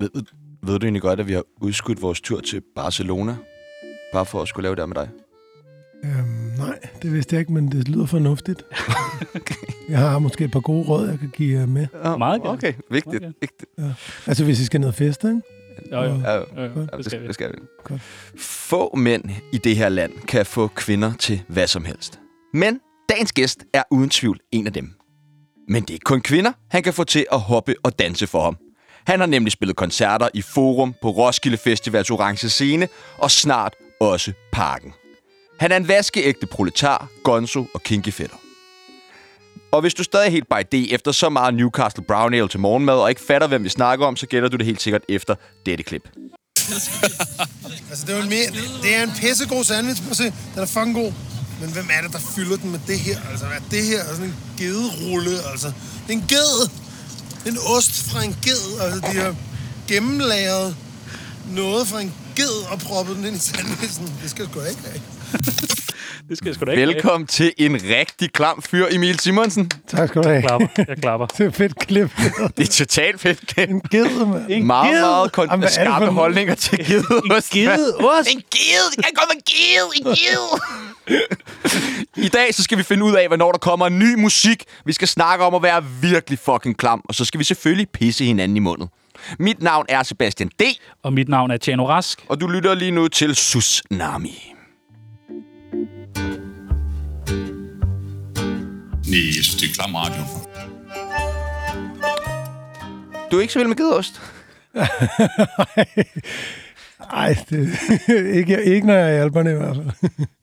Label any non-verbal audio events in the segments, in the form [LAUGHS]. Ved, ved du egentlig godt, at vi har udskudt vores tur til Barcelona? Bare for at skulle lave det her [LAUGHS] med dig. Øhm, nej, det vidste jeg ikke, men det lyder fornuftigt. Jeg har måske et par gode råd, jeg kan give jer med. Oh, Meget gerne. Okay, vigtigt. Meget gerne. vigtigt. Altså, hvis I skal ned og feste, ikke? Jo, jo. Mm. Ja, jo. jo, jo. Ja, Det skal vi. Det skal vi. Godt. Få mænd i det her land kan få kvinder til hvad som helst. Men dagens gæst er uden tvivl en af dem. Men det er ikke kun kvinder, han kan få til at hoppe og danse for ham. Han har nemlig spillet koncerter i Forum på Roskilde Festivals Orange Scene og snart også Parken. Han er en vaskeægte proletar, gonzo og kinkefætter. Og hvis du stadig er helt by D efter så meget Newcastle Brown Ale til morgenmad og ikke fatter, hvem vi snakker om, så gætter du det helt sikkert efter dette klip. Altså, det er, jo en mere, det er en pissegod sandwich, prøv at se. Den er fucking god. Men hvem er det, der fylder den med det her? Altså, hvad er det her? Altså, en gederulle, altså. Det er en ged. Det er en ost fra en ged. Altså, de har gennemlagret noget fra en ged og proppet den ind i sandwichen. Det skal jeg sgu da ikke have. Det skal jeg sgu da ikke. Velkommen til en rigtig klam fyr, Emil Simonsen. Tak skal du have. Jeg klapper. Jeg klapper. [LAUGHS] Det er et fedt klip. Det er totalt fedt. En ged, mand. En Meget, ged. meget kon- Jamen, Jamen, hvad er det skarpe for en- holdninger til gedeost. mand. Gedeost? En ged! Jeg kommer en ged! En ged! I dag så skal vi finde ud af, hvornår der kommer ny musik. Vi skal snakke om at være virkelig fucking klam, og så skal vi selvfølgelig pisse hinanden i munden. Mit navn er Sebastian D., Og mit navn er Tjano Rask. og du lytter lige nu til Tsunami. Nej, jeg synes, det er klam radio. Du er ikke så vild med gedeost? Ej, det, [LAUGHS] ikke, ikke når jeg er i Alperne i hvert fald.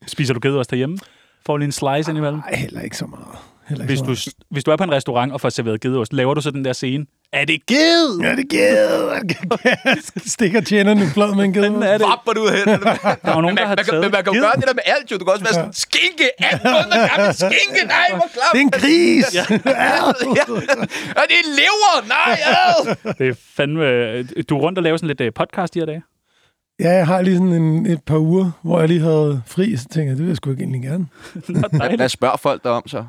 Spiser du gedeost derhjemme? Får lige en slice indimellem? Nej, heller ikke så meget. Heller ikke Hvis så du, meget. hvis du er på en restaurant og får serveret gedeost, laver du så den der scene? Er det ged? Ja, det ged. [LAUGHS] Stikker tjenerne flad med en ged. Sådan er det. Vapper du ud hen. [LAUGHS] Der er jo nogen, der har taget man, man kan jo ged. gøre det der med alt, jo. Du kan også være sådan, skinke, alt noget, der gammel skinke, nej, hvor klap. Det er en gris. [LAUGHS] Ja. Ja. Og det er en lever, nej, ad. Det er fandme... Du er rundt og laver sådan lidt øh, podcast de her dage. ja, jeg har lige sådan en, et par uger, hvor jeg lige havde fri, så tænkte jeg, det vil jeg sgu ikke egentlig gerne. Nå, dejligt. Hvad spørger folk der om så?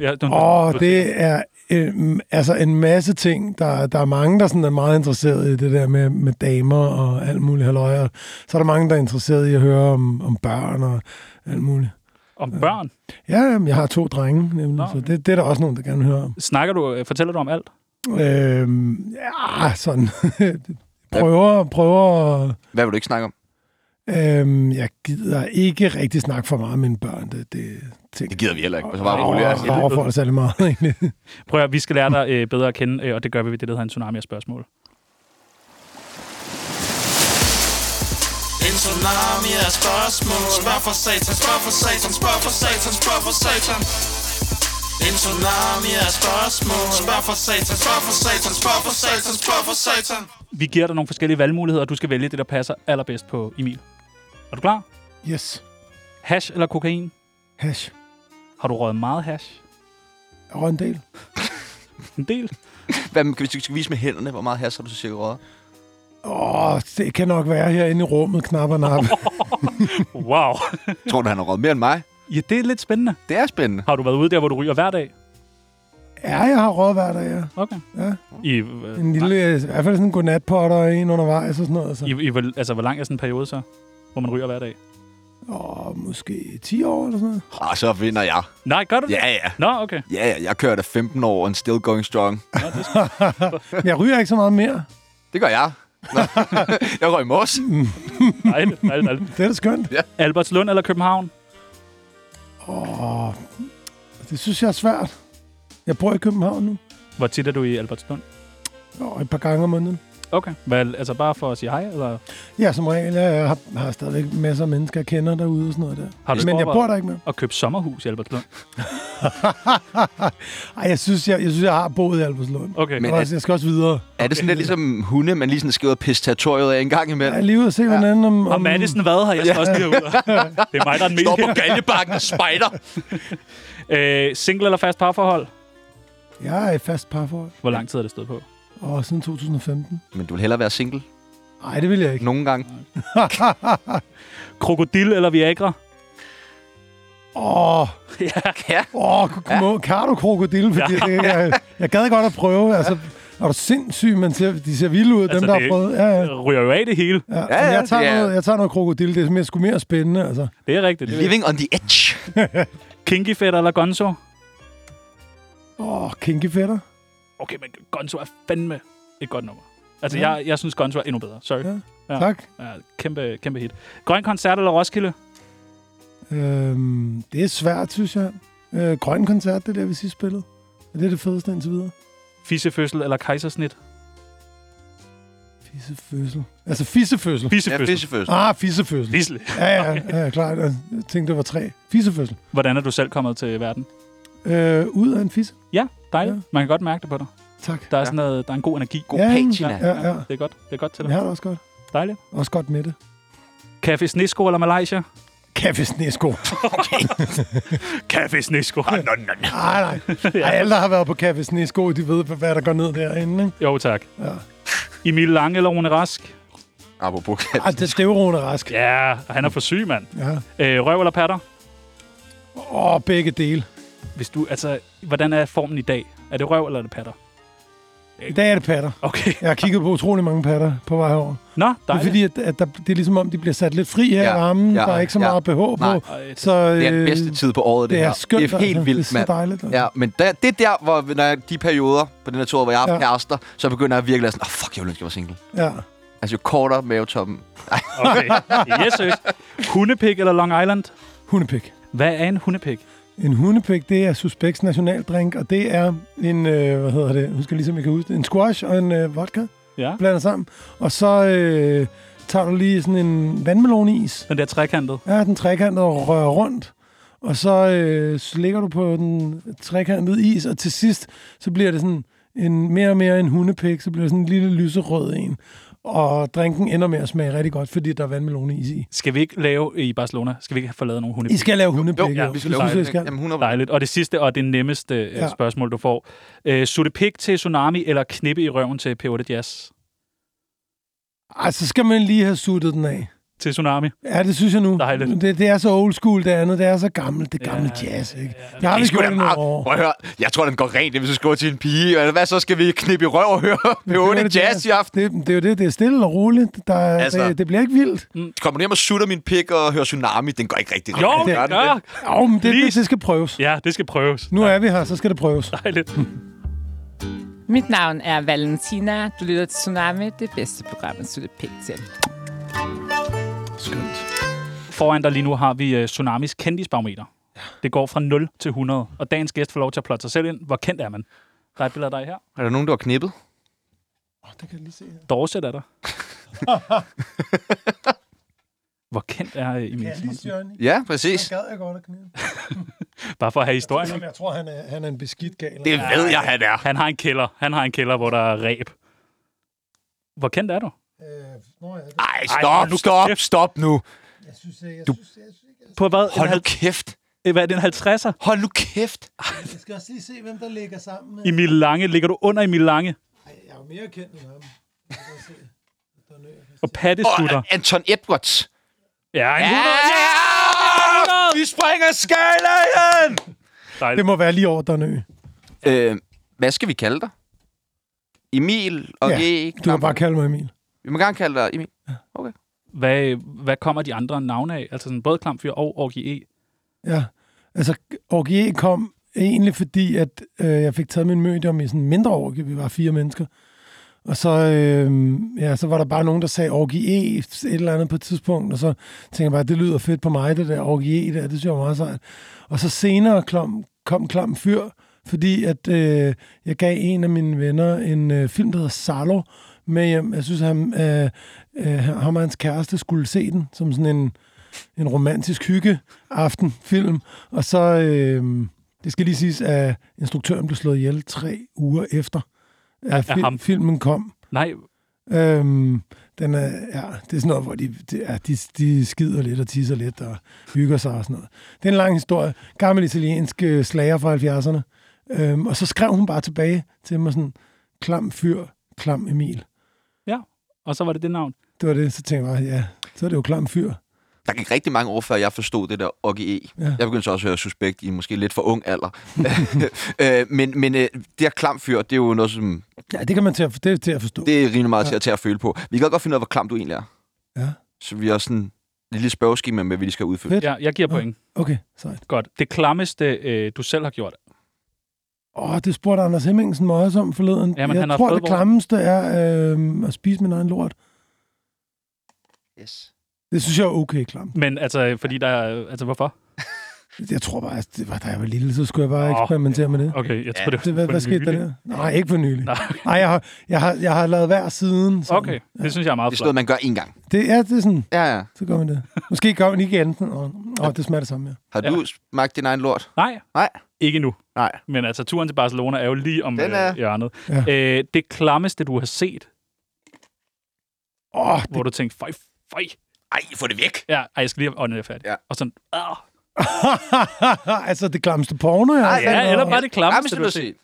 Ja, du, Åh, oh, det er øhm, altså en masse ting. Der, der er mange, der sådan er meget interesseret i det der med, med damer og alt muligt halløj. Og Så er der mange, der er interesseret i at høre om, om børn og alt muligt. Om børn. Ja, jamen, jeg har to drenge, nemlig, Nå. så det, det er der også nogen, der gerne vil høre om. Snakker du, øh, fortæller du om alt? Øhm, ja, sådan. [LAUGHS] prøver, prøver. at- Hvad vil du ikke snakke om? Øhm, jeg gider ikke rigtig snakke for meget om mine børn. Det, det, Det det gider vi heller ikke. Og så bare roligt. giver jeg over for det særlig meget, egentlig. Prøv at, høre, vi skal lære dig øh, bedre at kende, øh, og det gør vi ved det, der hedder en tsunami af spørgsmål. En tsunami af spørgsmål Spørg for satan, spørg for satan, spørg for satan, spørg for satan En tsunami af spørgsmål Spørg for satan, spørg for satan, spørg for satan, spørg for satan Vi giver dig nogle forskellige valgmuligheder, og du skal vælge det, der passer allerbedst på Emil. Er du klar? Yes. Hash eller kokain? Hash. Har du røget meget hash? Røndal. En del. Hvad, hvis du skal vise med hænderne, hvor meget has har du så cirka røget? Åh, oh, det kan nok være herinde i rummet, knap og nap. Wow. Tror du, han har røget mere end mig? Ja, det er lidt spændende. Det er spændende. Har du været ude der, hvor du ryger hver dag? Ja, jeg har røget hver dag, ja. Okay. Ja. I, øh, En lille, i hvert fald sådan en godnatpotter og en undervejs og sådan noget. Så. I, I, hvor- altså, hvor lang er sådan en periode så, hvor man ryger hver dag? Åh, måske 10 år eller sådan noget. Og så vinder jeg. Nej, gør du det? Ja, ja. Nå, okay. Ja, ja. Jeg kører da 15 år and still going strong. Men jeg ryger ikke så meget mere. Det gør jeg. Nå. [LAUGHS] jeg røg i morges. Dejligt, dejligt, dejligt. Det er da skønt. Albertslund eller København? Det synes jeg er svært. Jeg bor i København nu. Hvor tit er du i Albertslund? Og et par gange om måneden. Okay. Hvad, altså bare for at sige hej, eller Ja, som regel. ja, Jeg har, har stadigvæk masser af mennesker, jeg kender derude og sådan noget der. Har du Men jeg overvejet- bor der ikke mere. [LAUGHS] at købe sommerhus i Albertslund? Ej, jeg synes, jeg, jeg, synes, jeg har boet i Albertslund. Okay. Men Men er- også, jeg skal også videre. Er det sådan lidt ligesom hunde, man lige sådan skriver pis territoriet af en gang Jeg er imellem? lige ude og se, hvordan ja. om... Og Madison, hvad har jeg så også lige ud [LAUGHS] Det er mig, der er den Står på mest galjebakken og spejder. [LAUGHS] øh, Single eller fast parforhold? Jeg er i fast parforhold. Hvor lang tid har det stået på? Og siden 2015. Men du vil hellere være single Nej, det vil jeg ikke. nogle gange. Krokodil eller Viagra? Åh, ja. Ja. åh, k- må- Kardo krokodille, fordi det, jeg, jeg gad godt at prøve. Altså, Er du sindssyg, man ser, de ser vilde ud, altså, dem, der har prøvet. Ja, ja. ryger jo af det hele. Ja, ja, ja, jeg, tager det er- noget, jeg tager noget krokodil, det er mere, sgu mere spændende, altså. Det er rigtigt. Det er Living on the edge. Kinky fætter eller Gonzo? Åh, oh, kinky fætter. Okay, men Gonzo er fandme et godt nummer. Altså, ja. jeg, jeg synes, Gonzo er endnu bedre. Sorry. Ja. Ja. Ja. Tak. Ja, kæmpe, kæmpe hit. Grøn koncert eller Roskilde? Øhm, det er svært, synes jeg. Øh, grøn koncert, det er der, vi sidst spillede. Og det er det fedeste indtil videre. Fissefødsel eller kejsersnit? Fissefødsel. Altså fissefødsel. Ja, Fissefødsel. fissefødsel. Ah, fissefødsel. Fisle. Ja, ja, ja, ja, klart. Jeg tænkte, det var tre. Fissefødsel. Hvordan er du selv kommet til verden? Øh, ud af en fisse. Ja, dejligt. Ja. Ja. Man kan godt mærke det på dig. Tak. Der er, ja. sådan noget, der er en god energi. God Ja, patina. Ja, Ja, ja. Det er godt. Det er godt til Jeg dig. Ja. har det også godt. Dejligt. Også godt med det. Café Snesko eller Malaysia? Kaffe snesko. [LAUGHS] Café Snesko. Nå, nå, [LAUGHS] nå. Nej, nej. Ej, alle, der har været på kaffe snesko, de ved, hvad der går ned derinde. Ikke? jo, tak. Ja. Emil Lange eller Rune Rask? Apropos Ej, det er Stevrone Rask. Ja, han er for syg, mand. Ja. Øh, røv eller patter? Åh, begge dele. Hvis du, altså, hvordan er formen i dag? Er det røv eller er det patter? I dag er det patter. Okay. Jeg har kigget på utrolig mange patter på vej herover. Nå, Det er dejligt. fordi, at, at der, det er ligesom om, de bliver sat lidt fri her Ja, i varmen. ja, der er ikke så ja. meget behov på. Nej, Ej, Så, Det er den øh, bedste tid på året, det, det er her. skønt, det er helt altså. vildt, Det er så mand. dejligt, altså. Ja, men der, det er der, hvor når jeg, de perioder på den her tur, hvor jeg har haft Ja. ja. kærester, så begynder jeg virkelig at sådan, åh, oh, fuck, jeg ville ønske, jeg var single. Ja. Altså, jo kortere mavetoppen. Okay. Yes, yes. Hundepik eller Long Island? Hundepik. Hvad er en hundepik? En hundepik, det er Suspects nationaldrink, og det er en, øh, hvad hedder det, nu skal jeg ligesom, jeg kan huske det, en squash og en øh, vodka Ja. blandet sammen. Og så øh, tager du lige sådan en vandmelonis, Den der trekantede. ja, den trekantede og rører rundt, og så øh, slikker du på den trekantede is, og til sidst, så bliver det sådan en, mere og mere en hundepik, så bliver det sådan en lille lyserød en. Og drinken ender med at smage rigtig godt, fordi der er vandmeloneis i. Skal vi ikke lave i Barcelona? Skal vi ikke få lavet nogle I hundepik? skal lave hundepik. Jo, ja, jo. vi skal Det lave synes jeg, I det. Jamen, 100 Dejligt. Og det sidste og det nemmeste Ja. ja. spørgsmål, du får. Øh, Sutte pik til Tsunami eller knippe i røven til P8 Jazz? Ej, Altså, så skal man lige have suttet den af. Til Tsunami? Ja, det synes jeg nu. Dejligt. Det, det er så old school, det andet. Det er så gammelt. Det er gammel ja, Ja, jazz, ikke? Det har vi sgu gjort da i nogle meget- år. Prøv at høre, jeg tror, den går rent, hvis du skriver til en pige. Eller hvad så skal vi knippe i røv og høre Det er P8 det, Jazz i aften? Det, det er jo det. Det er stille og roligt. Der, altså. Altså. det, det bliver ikke vildt. Kommer du hjem og sutter min pik og hører Tsunami? Den går ikke rigtig Jo, rent. det Gør den gør! det? Jo, men det, det, Please. det skal prøves. Ja, det skal prøves. Nu er vi her, så skal det prøves. Dejligt. Mit navn er Valentina. Du lytter til Tsunami, det bedste program, at slutte pænt til. Skønt. Foran dig lige nu har vi uh, Tsunamis kendisbarometer. Det går fra 0 til 100, og dagens gæst får lov til at plotte sig selv ind. Hvor kendt er man? Der er et billede af dig her. Er der nogen, der har knippet? Oh, det kan jeg lige se her. Dorset [LAUGHS] er der. Hvor kendt er øh, Emil Kan jeg lige Simonsen? stjerne? Ja, præcis. Jeg gad jeg godt at knive. Bare for at have historien. Jamen, ikke? jeg tror, han er, han er en beskidt gal. Det ved jeg, han er. Han har en kælder. Han har en kælder, hvor der er ræb. Hvor kendt er du? Øh, nå, ja, det, Ej, stop, hold nu stop, kæft. stop nu. jeg synes, jeg, jeg, synes, jeg, synes, jeg, På hvad? Hold nu kæft. nu. Hvad er det, en 50'er? Hold nu kæft. jeg skal også lige se, hvem der ligger sammen med. Emil Lange. Ligger du under Emil Lange? Ej, jeg er jo mere kendt end ham. Og pattesutter. Og Anton Edwards. Ja, en 100. Ja! Vi springer skalaen! Det må være lige over Dernø. Øh, hvad skal vi kalde dig? Emil og Ja, ja, G. Du kan bare kalde mig Emil. Vi må gerne kalde dig Emil. Hvad, øh, hvad kommer de andre navne af? Altså sådan både Klamfyr og Orgi E. Ja, altså orgie kom egentlig fordi, at øh, jeg fik taget min mødom i sådan en mindre orgie. Vi var fire mennesker. Og så, øh, ja, så var der bare nogen, der sagde orgie E et eller andet på et tidspunkt, og så tænkte jeg bare, det lyder fedt på mig, det der orgie E der, det synes jeg var meget sejt. Og så senere kom, kom Klam Fyr, fordi at øh, jeg gav en af mine venner en øh, film, der hedder Salo, med hjem. Jeg synes, han, øh, øh, ham og hans kæreste skulle se den, som sådan en, en romantisk hygge aftenfilm. Og så, øh, det skal lige siges, at instruktøren blev slået ihjel tre uger efter, at Af fil- ham? filmen kom. Nej, Øhm, den er, ja, det er sådan noget, hvor de, de, ja, de, de skider lidt og tisser lidt og hygger sig og sådan noget. Det er en lang historie. Gammel italiensk øh, slager fra 70'erne. Øhm, og så skrev hun bare tilbage til mig sådan, klam fyr, klam Emil. og så var det det navn. Det var det, så tænkte jeg bare, ja, så er det jo klam fyr. Der gik rigtig mange år, før jeg forstod det der OGE. Ja. Jeg begyndte så også at høre suspekt i måske lidt for ung alder. [LAUGHS] øh, men men øh, det her klam fyr, det er jo noget, som... Ja, det kan man til at, det er til at forstå. Det... Det er rimelig meget ja. til, at, til at føle på. Vi kan godt finde ud af, hvor klam du egentlig er. Ja. Så vi har sådan en lille spørgeskema med, hvad vi lige skal udfylde. Fedt. Ja, jeg giver point. Okay, sejt. Godt. Det klammeste, øh, du selv har gjort. Åh, det spurgte Anders Hemmingsen mig også om forleden. Jamen, jeg han har tror, fået det vores- klammeste er øh, at spise min egen lort. Yes. Det synes jeg er okay klamt. Men altså, fordi der er- altså hvorfor? Jeg tror bare, altså, det var, da jeg var lille, så skulle jeg bare Åh, eksperimentere med det. Okay, jeg tror, Ja, det var det hvad, for hvad skete der nylig. der? Nej, ikke for nylig. Nej, Nej, jeg har, jeg, har, jeg har lavet hver siden. sådan. okay. Det synes jeg er Det meget er sådan noget, flot. man gør én gang. Det, ja, det er sådan, Ja, ja. så gør man det. Måske gør man ikke andet. Og, åh, det smager det samme, ja. Har du smagt din egen lort? Nej, Nej. ikke nu. Nej. Men altså, turen til Barcelona er jo lige om Den øh, er- hjørnet. Ja. Øh, det klammeste, du har set, Åh, [LAUGHS] hvor du tænkte, fej, fej. Ej, få det væk! Ja, ej, jeg skal lige have ånden fat. Ja. Og sådan, ah. altså det klamste porno, jeg har Ej, set. Ja, eller bare det klammeste, du har set. set.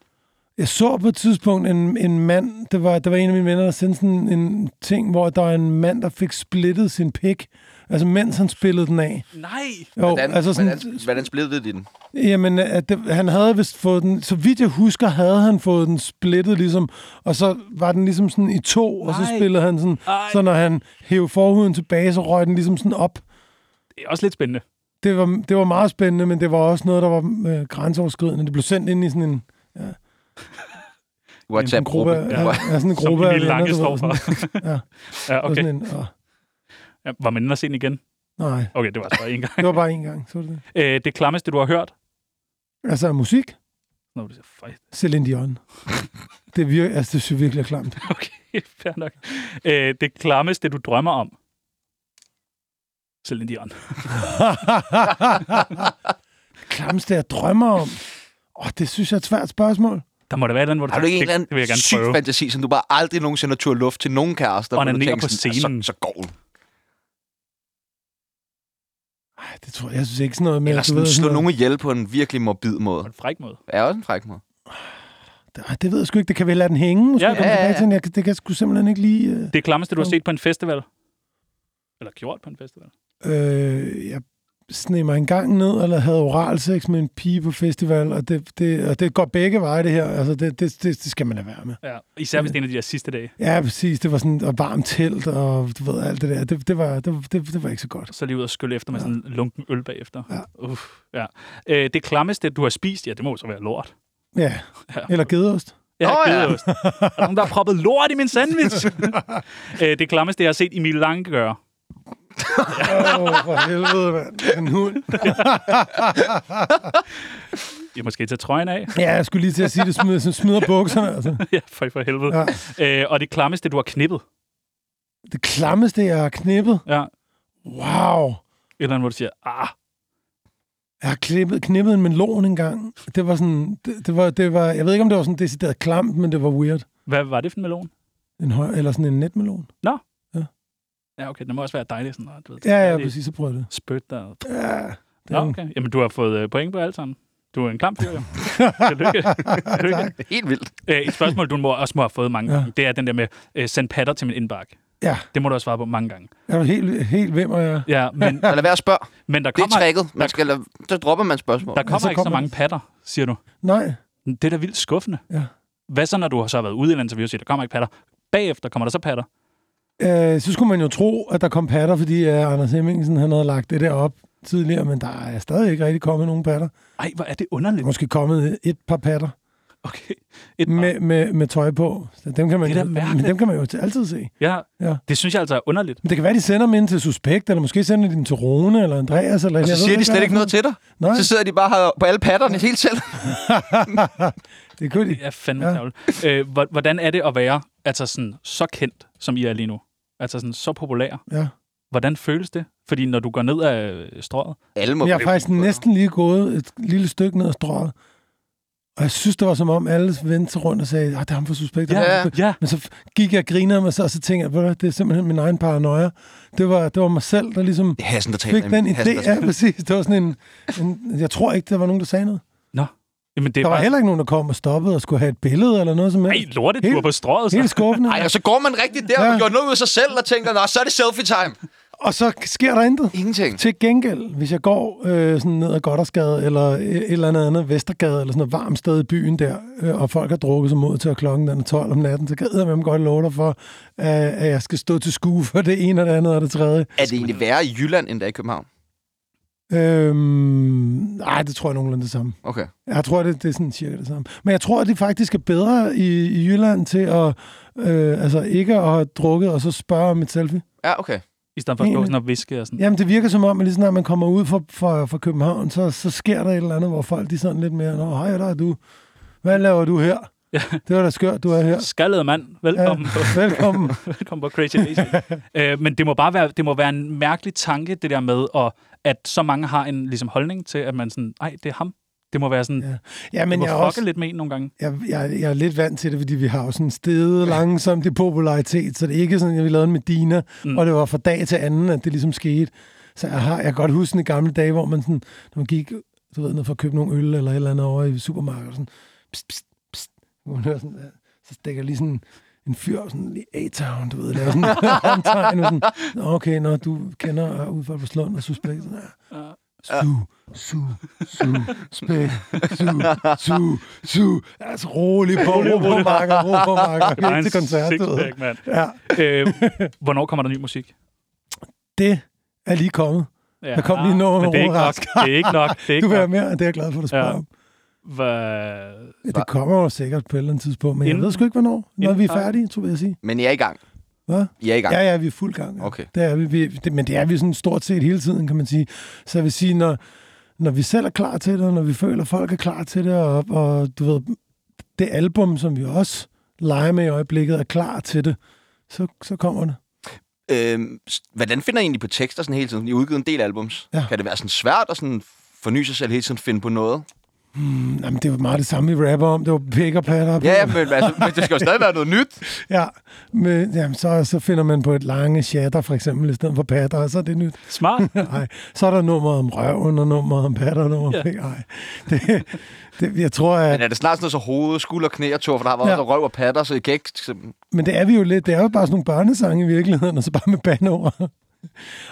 Jeg så på et tidspunkt en, en mand, det var, det var en af mine venner, der sendte sådan en ting, hvor der var en mand, der fik splittet sin pik. Altså, mens han spillede den af. Nej. Jo, Hvordan, altså sådan, hvordan, hvordan splittede det den? Jamen, øh, at det, han havde vist fået den... Så vidt jeg husker, havde han fået den splittet ligesom, og så var den ligesom sådan i to, og så Ej. spillede han sådan... Ej. Så når han hævde forhuden tilbage, så røg den ligesom sådan op. Det er også lidt spændende. Det var, det var meget spændende, men det var også noget, der var øh, grænseoverskridende. Det blev sendt ind i sådan en, en gruppe, WhatsApp-gruppe. ja. Ja, sådan en Som gruppe Emil Lange du ved, står for. sådan- [LAUGHS] ja, Ja, okay. okay. sådan en, åh, Ja, var man inde og se den igen? nej, Okay, det var altså bare en gang. det var bare en gang. Så var det. det. Øh, det klammeste, du har hørt? Altså, musik? Nå, det er fej. Celine Dion. Det, virker, altså, det synes jeg virkelig er klamt. [LAUGHS] Okay, fair nok. Øh, det klammeste, du drømmer om? Celine Dion. Klamste, jeg drømmer om? Åh, det synes jeg er et svært spørgsmål. Der må da være et eller andet, hvor du Har du ikke en tænker, eller det, det vil jeg anden gerne syg prøve. fantasi, som du bare aldrig nogensinde har turde luft til nogen kærester? hvor du Onanerer tænker på sådan, scenen. "Ah, Så, så går hun. Ej, det tror jeg, jeg synes ikke sådan noget med... Eller du sådan, ved, slå noget- nogen ihjel på en virkelig morbid måde. På en fræk måde. Det er også en fræk måde. Ej, det ved jeg sgu ikke. Det kan vel lade den hænge. Måske. Ja, Ja, ja, ja, ja. ja. Til, den. jeg, kan- det kan jeg sgu simpelthen ikke lige... Øh, Det klammeste, du har set på en festival? Eller gjort på en festival? øh, jeg sneg mig en gang ned, eller havde oral sex med en pige på festival, og det, det, og det går begge veje, det her. Altså, det, det, det, det skal man lade være med. Ja. Især hvis det er en af de der sidste dage. Ja, præcis. Det var sådan et varmt telt, og du ved, alt det der. Det, det, var, det, det, det var ikke så godt. Så lige ud og skylle efter med sådan en lunken øl bagefter. Ja. Uff, ja. Øh, det klammeste, du har spist? Ja, det må jo så være lort. Ja. Ja. Eller gedeost. Jeg Nå, har ja. gedeost. Der er nogen, der har proppet lort i min [LAUGHS] sandwich. øh, det klammeste, jeg har set Emil Lange gøre. Åh, oh, for helvede, mand. En hund. Jeg måske tage trøjen af. Ja, jeg skulle lige til at sige, det smider, sådan smider bukserne. Altså. [LAUGHS] ja, for, for helvede. Ja. Ja. Øh, og det klammeste, du har knippet. Det klammeste, jeg har knippet. Ja. Wow. Et Eller andet, hvor du siger, ah, Jeg har klippet, knippet en melon engang. Det var sådan, det, det, var, det var, jeg ved ikke, om det var sådan decideret klamt, men det var weird. hvad var det for en melon? En høj, eller sådan en netmelon. Ja, okay, den må også være dejlig sådan, ah, du ved. Ja, ja, dejlig præcis, så prøvede jeg det. Spyt der. Ja, det Nå, er en- okay. Jamen, du har fået øh, point på alt sammen. Du er en [LAUGHS] klam fyr, jo. Tillykke. Tillykke. Det er helt vildt. Øh, et spørgsmål, du må, også må have fået mange Ja. gange, det er den der med, øh, send patter til min indbakke. ja. Det må du også svare på mange gange. Jeg var helt, helt hvem er jeg? Ja, [LAUGHS] men, Så lad være at spørge. men der Det er kommer, tricket. Man skal lade, så dropper man spørgsmål. der kommer så så ikke så kommer- mange patter, siger du. Nej. Det er da vildt skuffende. Ja. Hvad så, når du har så været ude i en interview og siger, der kommer ikke patter? Bagefter kommer der så patter. Øh, så skulle man jo tro, at der kom patter, fordi uh, Anders Hemmingsen han havde lagt det der op tidligere, men der er stadig ikke rigtig kommet nogen patter. Ej, hvor er det Der underligt. er Måske kommet et par patter Okay. Et, ah, med, med, med tøj på. Så dem kan man, Det er jo, da mærkeligt. men dem kan man jo altid se. ja, ja, Ja. det synes jeg altså er underligt. Men det kan være, de sender dem ind til Suspekt, eller måske sender de dem til Rune eller Andreas. Eller Og så Altså, siger de slet ikke noget til dig. Nej, Så sidder de bare her på alle patterne helt selv. det kunne de. Det er fandme Ja. ja. øh, hvor- Hvordan er det at være altså sådan, så kendt, som I er lige nu? Altså sådan, så populær. Ja. Hvordan føles det? Fordi når du går ned ad øh, strøget, Alle må Men jeg blive har faktisk på dig. næsten lige gået et lille stykke ned ad strået. Og jeg synes, det var som om, alle vendte sig rundt og sagde, at det er ham for suspekt. det er ham Ja, for suspekt." ja. Men så f- gik jeg og grinede mig, og så tænkte jeg, "Ved du hvad, det er simpelthen min egen paranoia. Det var, det var mig selv, der ligesom Det er Hassen, der taler. fik den Hassen, idé. der taler. Ja, præcis. Det var sådan en, en... Jeg tror ikke, der var nogen, der sagde noget. Nå, jamen det Der er var bare... heller ikke nogen, der kom og stoppede og skulle have et billede eller noget som helst. Ej, lortet, du Helt- er på strået, så. Helt skuffende. Ej, og så går man rigtig der og Ja. gør noget ud af sig selv og tænker, nå, så er det selfie-time. Og så sker der intet. Ingenting. Til gengæld, hvis jeg går øh, sådan ned ad Goddersgade eller et eller andet andet Vestergade, eller sådan et varmt sted i byen der, øh, og folk har drukket sig mod til at klokken den er 12 om natten, så kan jeg med godt love dig for, øh, at jeg skal stå til skue for det ene og det andet og det tredje. Er det egentlig værre i Jylland, end der i København? Øhm, ej, det tror jeg er nogenlunde det samme. Okay. Jeg tror, det, det er sådan cirka det samme. Men jeg tror, at de faktisk er bedre i, i Jylland til at, øh, altså ikke at have drukket og så spørge om et selfie. Ja, okay. I stedet for at stå Egentlig. sådan og viske og sådan. Jamen, det virker som om, at lige snart man kommer ud fra, fra, fra København, så, så sker der et eller andet, hvor folk de sådan lidt mere, Nå, hej, der er du. Hvad laver du her? Ja. Det var da skørt, du er [LAUGHS] her. Skaldet mand, velkommen. Ja. [LAUGHS] Velkommen. Kom på Crazy Daisy. [LAUGHS] øh, men det må bare være, det må være en mærkelig tanke, det der med, at, at så mange har en ligesom, holdning til, at man sådan, ej, det er ham. Det må være sådan, ja, Ja, men men det jeg er må fucke også, også... lidt med en nogle gange. jeg, jeg, jeg er lidt vant til det, fordi vi har jo sådan steget langsomt i popularitet, så det er ikke sådan, at vi lavede en Medina, mm. og det var fra dag til anden, at det ligesom skete. Så jeg, har, jeg kan godt huske den i gamle dage, hvor man sådan, når man gik du ved, ned for at købe nogle øl eller et eller andet over i supermarkedet, og sådan, pst, pst, pst, hvor man hører sådan, ja, så stikker lige sådan en fyr sådan lige A-town, du ved, laver sådan en [LAUGHS] håndtegn, og sådan, "Nå, okay, når du kender øh, udfald på slund og suspekt, sådan, ja. Su, su, su, spæk, su, su, su. Altså, rolig på, ro på marker, ro på marker. Vi er en til koncert, du ved. sixpack, mand. Ja, Øh, hvornår kommer der ny musik? det er lige kommet. Ja, Ah, Der kom lige en nummer men med det er ikke Rune nok. Det er ikke nok. Det er Du ikke vil have nok. mere, og det er jeg glad for, at du spørger Ja. om. Hvad- Ja, Det kommer jo sikkert på et eller andet tidspunkt, men jeg Inden- ved sgu ikke, hvornår. Når inden- vi er færdige, tror jeg, jeg sige. Men I er i gang. Hvad? I er i gang. Ja, ja, vi er fuld gang. ja. Okay. Det er vi, vi, det, men det er vi sådan stort set hele tiden, kan man sige. Så jeg vil sige, når, når vi selv er klar til det, og når vi føler, at folk er klar til det, og, og du ved, det album, som vi også leger med i øjeblikket, er klar til det, så, så kommer det. Øhm, s- hvordan finder I egentlig på tekster sådan hele tiden? I har udgivet en del albums. Ja. Kan det være sådan svært at sådan forny sig selv hele tiden, finde på noget? Jamen, det var meget det samme, vi rapper om. Det var pick og patter. Ja, ja men, [LAUGHS] altså, men det skal jo stadig være noget nyt. ja. Men, jamen, så, så finder man på et lange chatter, for eksempel, i stedet for patter, og så er det nyt. Smart. Nej, så er der nummeret om røven, og nummeret om patter, og nummeret om pik. Ej, det, det, jeg tror, at... Men er det snart sådan noget så hoved, skulder, knæ og tår, for der har været Ja. ja. røv og patter, så I kan ikke... Så, Men det er vi jo lidt. Det er jo bare sådan nogle børnesange i virkeligheden, og så bare med bandeord. Ej,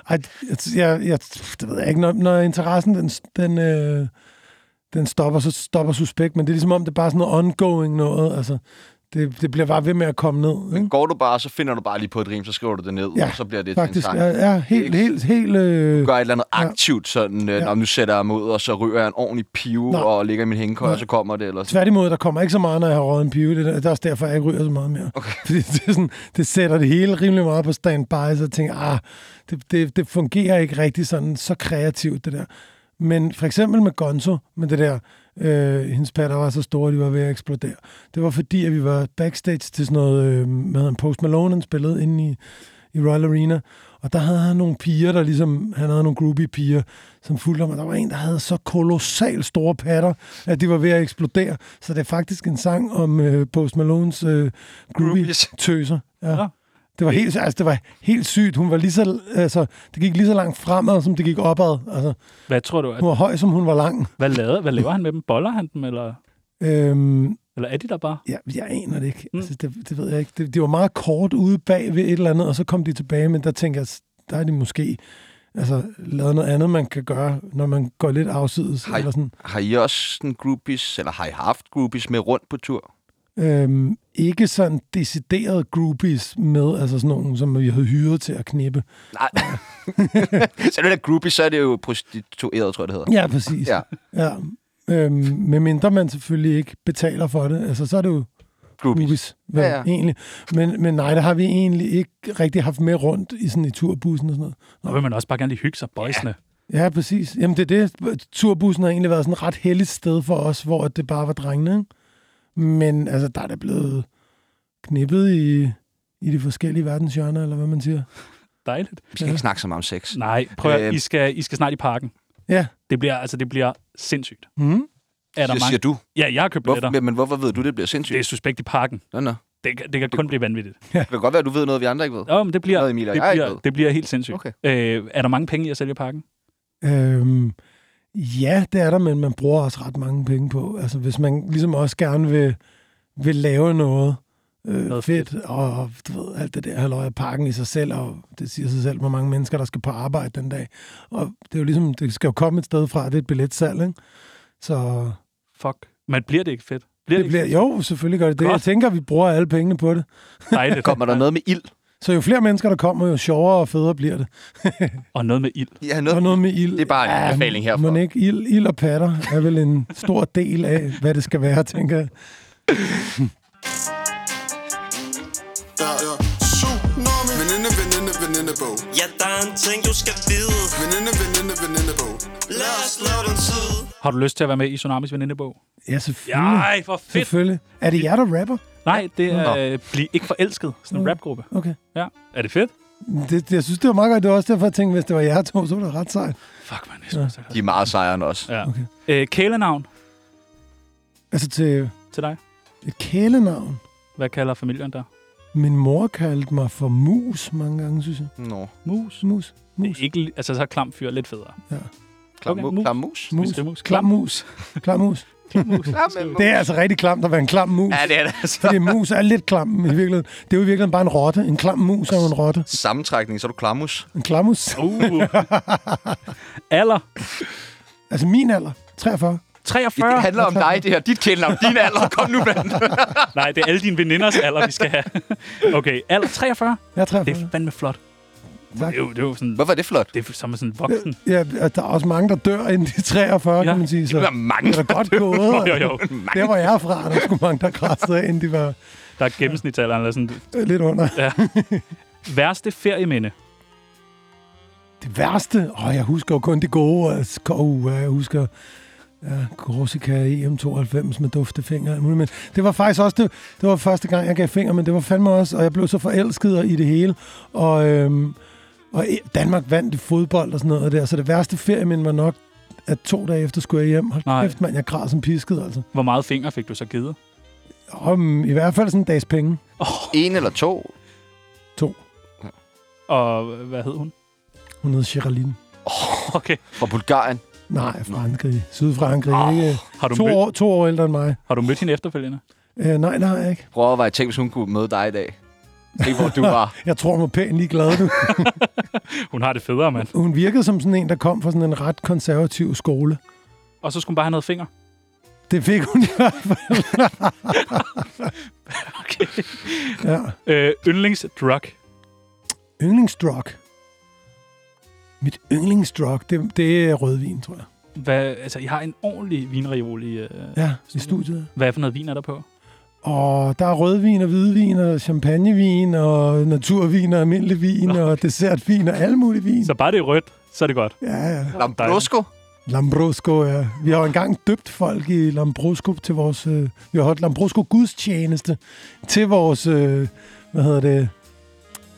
jeg, jeg, jeg, det ved jeg ikke. Når, når interessen, den, den, øh, den stopper, så stopper suspekt. Men det er ligesom om, det er bare sådan noget ongoing noget. Altså, det, det bliver bare ved med at komme ned. Ikke? går du bare, så finder du bare lige på et rim, så skriver du det ned, Ja, og så bliver det Faktisk, en sang. ja, ja, helt, ikke- helt, helt... Øh, Gør et eller andet Ja. aktivt, sådan, øh, Ja. ja. nu sætter jeg mig ud, og så ryger jeg en ordentlig pive, Nej. og ligger i min hængekøj, og så kommer det, eller sådan. Tværtimod, der kommer ikke så meget, når jeg har røget en pive. Det er, det er også derfor, jeg ikke ryger så meget mere. Okay. [LAUGHS] Fordi det, er sådan, det sætter det hele rimelig meget på standby, så jeg tænker, ah, det, det, det fungerer ikke rigtig sådan så kreativt, det der. Men for eksempel med Gonzo, med det der, øh, hendes patter var så store, de var ved at eksplodere. Det var fordi, at vi var backstage til sådan noget, øh, med en Post Malone, han spillede inde i, i Royal Arena, og der havde han nogle piger, der ligesom, han havde nogle groupie piger, som fulgte ham, og der var en, der havde så kolossalt store patter, at de var ved at eksplodere. Så det er faktisk en sang om øh, Post Malones øh, Groupies. groupie-tøser. Ja. Nå. Det var, helt, altså, det var helt sygt. Hun var lige så, altså, det gik lige så langt fremad, som det gik opad. Altså, Hvad tror du? At, hun var høj, som hun var lang. hvad, lader, hvad laver han med dem? Boller han dem, eller, Øhm, eller er de der bare? Ja, jeg aner det ikke. Mm. Mm. Altså, det, det ved jeg ikke. Det, de var meget kort ude bag ved et eller andet, og så kom de tilbage, men der tænker jeg, der er de måske altså, lavet noget andet, man kan gøre, når man går lidt afsides. Hej. Eller sådan. Har I også sådan groupies, eller har I haft groupies med rundt på tur? Øhm, ikke sådan deciderede groupies med, altså sådan nogen, som vi havde hyret til at knippe. Nej. [LAUGHS] så det der groupies, så er det jo prostitueret, tror jeg, det hedder. Ja, præcis. Ja. ja. Øhm, medmindre man selvfølgelig ikke betaler for det, altså så er det jo Groupies. groupies, vel, Ja, ja, ja. ja. egentlig. Men, men nej, der har vi egentlig ikke rigtig haft med rundt i sådan i turbussen og sådan noget. Nå, vil man også bare gerne lige hygge sig, boysene. Ja, præcis. Jamen, det er det. Turbussen har egentlig været sådan et ret heldigt sted for os, hvor det bare var drengene. Ikke? Men altså, der er da blevet knippet i, i de forskellige verdenshjørner, eller hvad man siger. Dejligt. Vi skal ikke snakke så meget om sex. Nej, prøv at, Øh. I, skal, I skal snart i parken. Ja. Det bliver, altså, det bliver sindssygt. Mm. Er der Det siger mange? du. Ja, jeg har købt billetter. Hvorfor, men hvorfor ved du, det bliver sindssygt? Det er suspekt i parken. Nå, nå. Det, kan- det kan kun blive vanvittigt. Det kan godt være, du ved noget, vi andre ikke ved. Nå, men det bliver, Noget, Emil og det, jeg ikke bliver, ved. det bliver helt sindssygt. Okay. Øh, er der mange penge i at sælge i parken? Øhm, ja, det er der, men man bruger også ret mange penge på. Altså, hvis man ligesom også gerne vil, vil lave noget, øh, Noget Noget fedt, fedt, og du ved, alt det der halløj og pakken i sig selv, og det siger sig selv, hvor mange mennesker, der skal på arbejde den dag. Og det er jo ligesom, det skal jo komme et sted fra, det er et billetsalg, ikke? Så Fuck. Men bliver det ikke fedt? Bliver det bliver, jo, selvfølgelig gør det det. Godt. Jeg tænker, vi bruger alle pengene på det. dejligt. Kommer der noget med ild? Så jo flere mennesker, der kommer, jo sjovere og federe bliver det. Og noget med ild. Ja, Og noget med ild. Det er bare en anbefaling herfra. Men ikke ild, ild og patter er vel en stor del af, hvad det skal være, tænker jeg. Der er tsunami Veninde, veninde, venindebog Ja, der er en ting, du skal vide Veninde, veninde, venindebog Lad os slå den tid Har du lyst til at være med i Tsunamis venindebog? Ja, selvfølgelig. Ej, hvor fedt. selvfølgelig. Er det jer, der rapper? Nej, det er øh, Bliv ikke forelsket. Sådan en Nå. rapgruppe. Okay. Ja. Er det fedt? Det, det, jeg synes, det var meget godt. Det var også derfor, jeg tænkte, hvis det var jer to, så var det ret sejt. Fuck, man. Jeg synes, De er meget sejrende også. ja. okay. øh, kælenavn Altså til til dig. et kælenavn. Hvad kalder familien der? Min mor kaldte mig for mus mange gange, synes jeg. Nå. Mus. Mus. Mus. Ikke, li- altså, så er klam fyr lidt federe. Klam, Okay, okay, mus. klam mus. Mus. Hvis det er mus. Klam mus. Klam mus. Klam mus. Det er altså rigtig klamt at være en klam mus. Ja, det er det altså. Fordi en mus er lidt klam i virkeligheden. Det er jo i virkeligheden bare en rotte. En klam mus er jo en rotte. Sammentrækning, så er du klammus. En klammus. Uh. [LAUGHS] Alder. Altså min alder. 43. Ja, 43. det handler om dig, det her. Dit kælenavn, din alder. Kom nu, mand. Nej, det er alle dine veninders alder, vi skal [LAUGHS] have. Okay, alder 43. Jeg er 43. Det er fandme flot. Tak. Det er jo, det er jo sådan... Hvorfor er det flot? Det er som er sådan en voksen. Ja, og der er også mange, der dør inden de er 43, ja. Ja. kan man sige. Så Der det er mange. er da godt gået. Jo, [LAUGHS] jo, jo. Der, hvor jeg er fra, er der skulle mange, der græssede af, inden de var Der er gennemsnitsalderen eller sådan. øh, lidt under. Værste ferieminde. Det værste, og jeg husker jo kun det gode, og skov, jeg husker ja, Corsica EM92 med duftefingre og alt muligt, men det var faktisk også det, det var første gang, jeg gav fingre, men det var fandme også, og jeg blev så forelsket og- i det hele, og, øhm, og e- Danmark vandt i fodbold og sådan noget der, så det værste ferie, men var nok, at to dage efter skulle jeg hjem. Hold Nej. kæft, mand, jeg græd som pisket, altså. Hvor meget finger fik du så givet? Om, I hvert fald sådan en dags penge. En eller to. To. Og øh, hvad hed hun? Hun hed Geraldine. Okay. Fra Bulgarien. Nej, Frankrig. Sydfrankrig. Ah, ikke? Har du, To mød, år, to år ældre end mig. har du mødt hende efterfølgende? Øh, nej, nej, jeg ikke. Prøv at være tænk, hvis hun kunne møde dig i dag. Se, hvor du var. Jeg tror, hun var pænt ligeglad, [LAUGHS] du. Hun har det federe, mand. Hun virkede som sådan en, der kom fra sådan en ret konservativ skole. Og så skulle hun bare have noget finger. Det fik hun i hvert fald. Okay. Ja. [LAUGHS] Øh, yndlingsdrug. Yndlingsdrug. Mit yndlingsdrug, det, det er rødvin, tror jeg. Hvad, altså, I har en ordentlig vinreol i... Øh, Ja, i studiet. Hvad for noget vin er der på? Og der er rødvin og hvidvin og champagnevin og naturvin og almindelig vin og dessertvin og alle mulige vin. Så bare det er rødt, så er det godt. Ja, ja. Lambrosco. Lambrosco, ja. Vi har jo engang døbt folk i Lambrosco til vores... Øh, vi har holdt Lambrosco gudstjeneste til vores... Øh, hvad hedder det?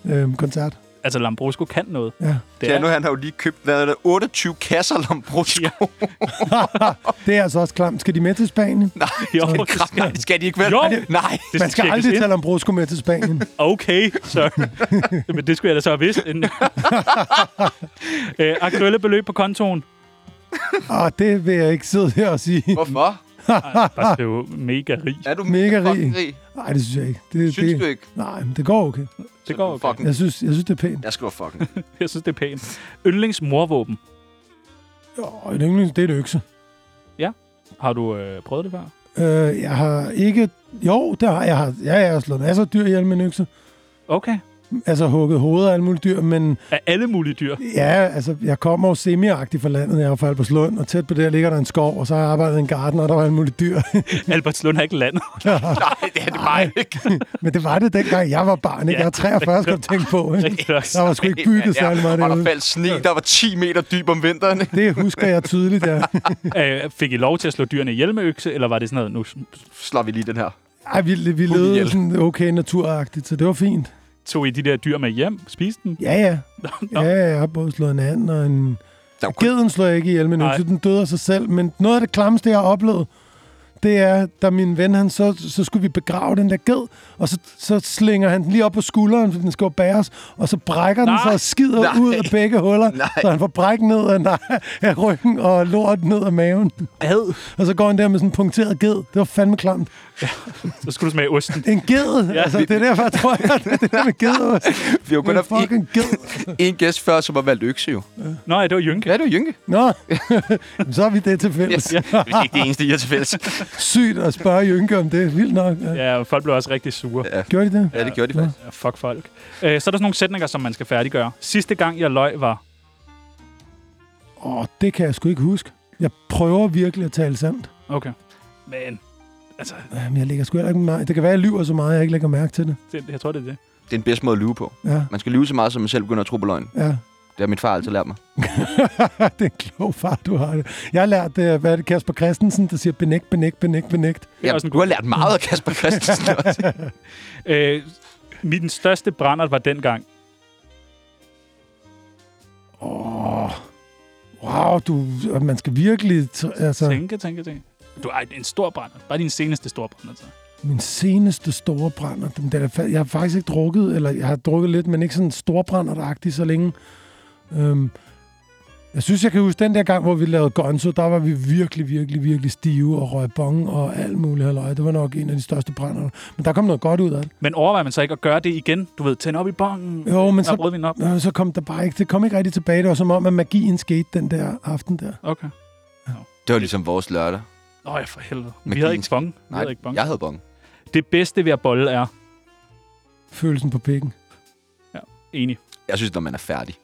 Øh, koncert. Altså, Lambrosco kan noget. Ja. Det Ja, er, nu han har jo lige købt, hvad er det, 28 kasser Lambrosco. Ja. Ja. Det er altså også klamt. Skal de med til Spanien? Nej, [LAUGHS] Jo, jo, det skal, nej, det skal de ikke vel? Jo. Nej. det Man skal tjekkes aldrig ind. tage Lambrosco med til [LAUGHS] Spanien. Okay, [LAUGHS] så. Men det skulle jeg da så have vidst. inden- øh, aktuelle beløb på kontoen. Og Ah, det vil jeg ikke sidde her og sige. Hvorfor? Bare det er jo mega rig. Er du Mega rig. fucking rig? Nej, det synes jeg ikke. Det, Synes det, du ikke? Nej, men det går okay. Det går okay. Fucking. Jeg synes, jeg synes det er pænt. Jeg skriver fucking. Jeg synes, det er pænt. Yndlingsmorvåben. Og en yndlings, det er et økse. Har du øh, prøvet det før? Øh, jeg har ikke... Jo, det har jeg. jeg. Har, ja, jeg har slået masser af dyr ihjel med en økse. Okay. Altså hugget hoveder af alle mulige dyr, men... Af alle mulige [LAUGHS] dyr. Ja, altså, jeg kommer jo semi fra landet. Jeg er jo fra Albertslund, og tæt på der ligger der en skov, og så har jeg arbejdet i en garden, og der var alle mulige dyr. [LAUGHS] Albertslund er ikke landet. [LAUGHS] Nej, det er det bare ikke. Men det var det dengang, jeg var barn, ikke? Ja. Jeg er 43, skal du tænke på, ikke? [LAUGHS] Rigtig nok. Der var sgu ikke bygget Ja, særlig meget Og der derude. faldt sne, der var 10 meter dyb om vinteren. ikke? Det husker jeg [LAUGHS] tydeligt, ja. Øh, fik I lov til at slå dyrene ihjel med økse, eller var det sådan noget, nu Slår vi lige den her. Ej, vi, vi ihjel. levede sådan okay naturagtigt, så det var fint. tog I de der dyr med hjem, spiste dem? Ja, ja. [LAUGHS] Ja, ja, jeg har både slået en anden og en... Der var kun- Geden slår jeg ikke ihjel, men Nej. økse, den døde af sig selv. Men noget af det klammeste, jeg har oplevet, det er, da min ven, han så, så skulle vi begrave den der ged, og så, så slinger han den lige op på skulderen, for den skal jo bæres, og så brækker den sig og skider Nej. ud af begge huller, Nej. så han får bræk ned af, nej, af ryggen og lort ned af maven. Ad. Og så går han der med sådan en punkteret ged. Det var fandme klamt. Så skulle du smage osten. En ged! Ja. Altså, det er derfor, jeg tror, at det er med ged. Vi har jo kun Det er haft en, fucking ged. en gæst før, som har valgt økse jo. Nå ja, det var Jynke. Ja, det er jo Jynke. Nå, [LAUGHS] Jamen, så har vi det til fælles. Yes. Ja. Det er ikke det eneste, I har til fælles. Sygt at spørge Jynke om det. Vildt nok. Ja. Ja, folk blev også rigtig sure. Gjorde de det? Ja, det gjorde de faktisk. Ja, fuck folk. Øh, så er der sådan nogle sætninger, som man skal færdiggøre. Sidste gang, jeg løj, var... Åh, det kan jeg sgu ikke huske. Jeg prøver virkelig at tale sandt. Okay. Men, altså, Men jeg lægger sgu heller ikke mærke. Det kan være, at jeg lyver så meget, at jeg ikke lægger mærke til det. det, jeg tror, det er det. Det er den bedste måde at lyve på. Ja, Man skal lyve så meget, som man selv begynder at tro på løgn. ja. [LAUGHS] Det har min far altid lært mig. det er en klog far, du har det. Jeg har lært, øh, hvad er det, Kasper Christensen, der siger benægt, benægt, benægt, benægt. er Ja, også en du har lært meget af Kasper [LAUGHS] Christensen også. Øh, min største brændert var dengang. Wow, du, man skal virkelig... t- Altså, Tænke, tænke, tænke. Du er en stor brændert. Bare din seneste store brændert. så. Min seneste store brænder, den der, fa- jeg har faktisk ikke drukket, eller jeg har drukket lidt, men ikke sådan storbrændert så længe. Øhm, jeg synes, jeg kan huske den der gang, hvor vi lavede Gonzo, der var vi virkelig, virkelig, virkelig stive og røg bong og alt muligt halløj. Det var nok en af de største brænder. Men der kom noget godt ud af det. Men overvejer man så ikke at gøre det igen? Du ved, tænde op i bongen. Jo, men så, brødvin op. øh, så kom der bare ikke, det kom ikke rigtig tilbage. Det var som om, at magien skete den der aften der. Okay. Det var ligesom vores lørdag. Nå ja, for helvede. Vi Magien havde ikke skal- bong. Vi Nej, havde ikke bong. jeg havde bong. Det bedste ved at bolle er... Følelsen på pikken. Enig. Jeg synes, når man er færdig.